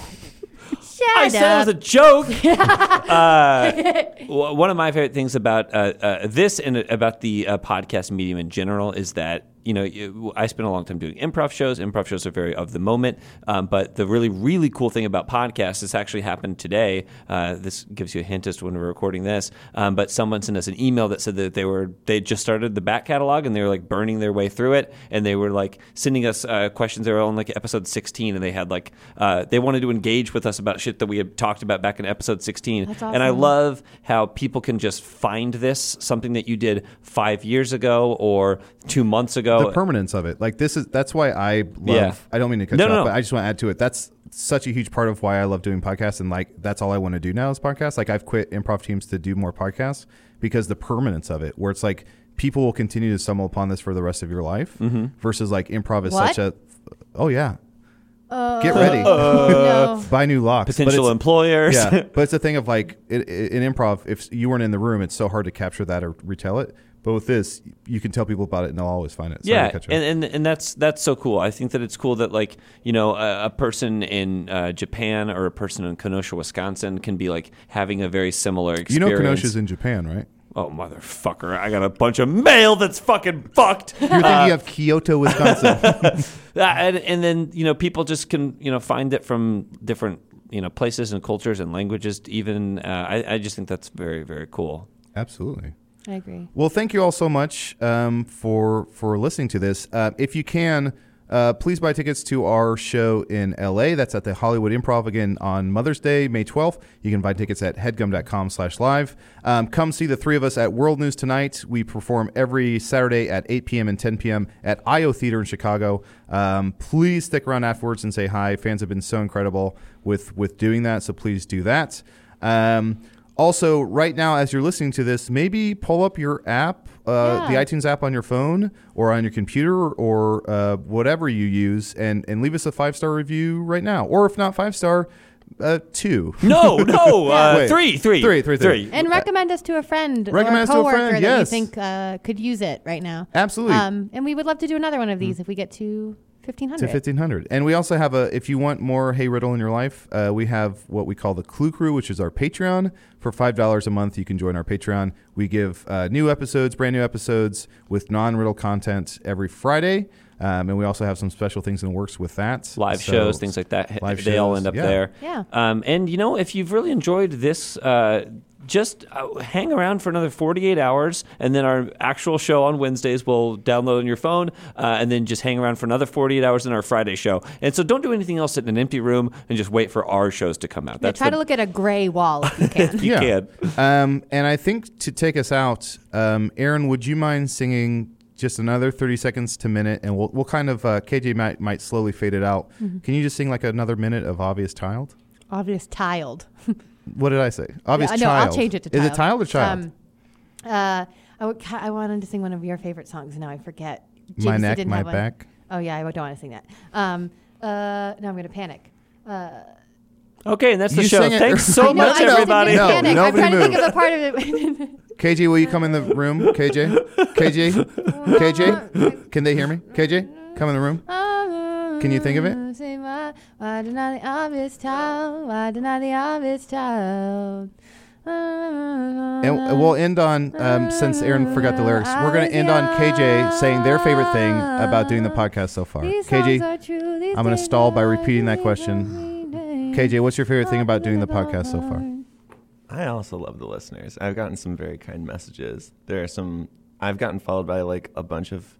E: Shut
D: I
E: up.
D: said it was a joke. uh, w- one of my favorite things about uh, uh, this and about the uh, podcast medium in general is that you know you, I spent a long time doing improv shows. Improv shows are very of the moment, um, but the really really cool thing about podcasts this actually happened today. Uh, this gives you a hint as to when we're recording this. Um, but someone sent us an email that said that they were they just started the back catalog and they were like burning their way through it, and they were like sending us uh, questions. They were on like episode sixteen, and they had like uh, they wanted to engage with us about shit that we had talked about back in episode sixteen.
E: That's
D: And I
E: awesome.
D: love how people can just find this something that you did five years ago or two months ago.
C: the permanence of it. Like this is that's why I love.
D: Yeah.
C: I don't mean to cut
D: No,
C: you
D: no,
C: off,
D: no.
C: but I just want to add to it. That's such a huge part of why I love doing podcasts, and like that's all I want to do now is podcasts. Like I've quit improv teams to do more podcasts because the permanence of it, where it's like people will continue to stumble upon this for the rest of your life,
D: Mm-hmm.
C: versus like improv is
E: What?
C: such a. Oh yeah. Get ready.
E: no.
C: Buy new locks. But
D: potential
C: it's-
D: employers.
C: yeah, but it's a thing of like it, it, in improv, if you weren't in the room, it's so hard to capture that or retell it. But with this, you can tell people about it, and they'll always find it. So
D: yeah,
C: they catch on.
D: and, and and that's that's so cool. I think that it's cool that like you know a, a person in uh, Japan or a person in Kenosha, Wisconsin, can be like having a very similar
C: you
D: experience.
C: know, Kenosha's in Japan, right?
D: oh motherfucker! I got a bunch of mail that's fucking fucked.
C: You're thinking of Kyoto, Wisconsin.
D: Uh, and, and then you know people just can you know find it from different you know places and cultures and languages. Even uh, I, I just think that's very very cool.
C: Absolutely.
E: I agree.
C: Well, thank you all so much um, for for listening to this. Uh, if you can, uh, please buy tickets to our show in LA. That's at the Hollywood Improv again on Mother's Day, May 12th. You can buy tickets at headgum.com slash live. Um, come see the three of us at World News Tonight. We perform every Saturday at 8 p.m. and 10 p.m. at IO Theater in Chicago. Um, please stick around afterwards and say hi. Fans have been so incredible with, with doing that, so please do that. Um, also, right now, as you're listening to this, maybe pull up your app, uh,
E: Yeah.
C: the iTunes app on your phone or on your computer or uh, whatever you use, and, and leave us a five star review right now. Or if not five star, uh, two.
D: No, no, uh,
C: Wait.
D: three, three,
C: Three, three, three.
E: And recommend us to a friend
C: Recommend
E: or
C: us to
E: a
C: a
E: coworker
C: friend,
E: that
C: yes.
E: you think uh, could use it right now.
C: Absolutely. Mm.
E: Um, and we would love to do another one of these if we get to 1500.
C: to 1500 and we also have a if you want more hey riddle in your life uh, we have what we call the clue crew which is our patreon for $5 a month you can join our patreon we give uh, new episodes brand new episodes with non-riddle content every friday um, and we also have some special things in the works with that
D: live
C: So-
D: shows, things like that.
C: live
D: they all
C: shows,
D: end up
C: yeah.
D: there.
E: Yeah.
D: Um, and you know, if you've really enjoyed this, uh, just uh, hang around for another 48 hours, and then our actual show on Wednesdays will download on your phone, uh, and then just hang around for another 48 hours in our Friday show. And so don't do anything else in an empty room and just wait for our shows to come out.
E: yeah,
D: That's
E: try
D: the-
E: to look at a gray wall if you can.
D: you can.
C: um, and i think to take us out um, aaron would you mind singing just another 30 seconds to minute and we'll, we'll kind of uh, kj might, might slowly fade it out
E: Mm-hmm.
C: can you just sing like another minute of obvious child
E: Obvious tiled.
C: What did I say? Obvious
E: Uh, no,
C: child.
E: I'll change it to
C: Is
E: tiled.
C: it child or child?
E: Um, uh, I, would, ca- I wanted to sing one of your favorite songs, and now I forget.
C: my
E: Jinx, it
C: neck,
E: didn't
C: my
E: have one.
C: back.
E: Oh, yeah, I don't want to sing that. Um, uh, now I'm going to panic. Uh,
D: Okay, and that's the
C: You
D: show.
C: sang it-
D: Thanks
C: I
D: so
C: know,
D: much,
E: I just didn't
D: everybody.
C: No,
E: panic. I'm
C: nobody
E: trying to think
C: moved.
E: of a part of it.
C: KJ, will you come in the
E: uh,
C: room? KJ, KJ, KJ. Can they hear me? KJ, come in the room.
E: Can
C: you think of it?
E: Say why, why deny the obvious child? Why deny the obvious child?
C: And uh,
E: Uh,
C: we'll end on um, since Aaron forgot the lyrics. We're going to end on KJ saying their favorite thing about doing the podcast so far. KJ, I'm gonna stall by repeating that question. KJ, what's your favorite thing about doing the podcast so far?
F: I also love the listeners. I've gotten some very kind messages. There are some I've gotten followed by like a bunch of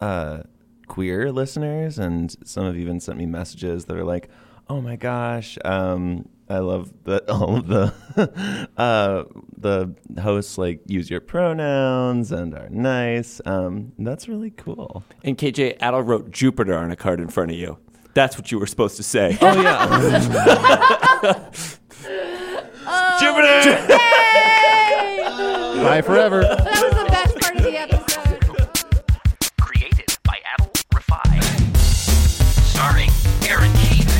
F: uh, queer listeners, and some have even sent me messages that are like, "Oh my gosh, um, I love that all of the uh, the hosts like use your pronouns and are nice." Um, that's really cool.
D: And KJ, Adel wrote Jupiter on a card in front of you. That's what you were supposed to say.
F: Oh yeah,
D: Jupiter!
C: Bye forever.
E: That was the best part of the episode.
B: created by Adel Rafai. Starring Aaron Keith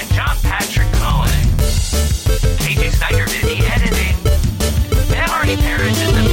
B: and John Patrick Cohen. KJ Snyder did the editing, and Marty Parrish did the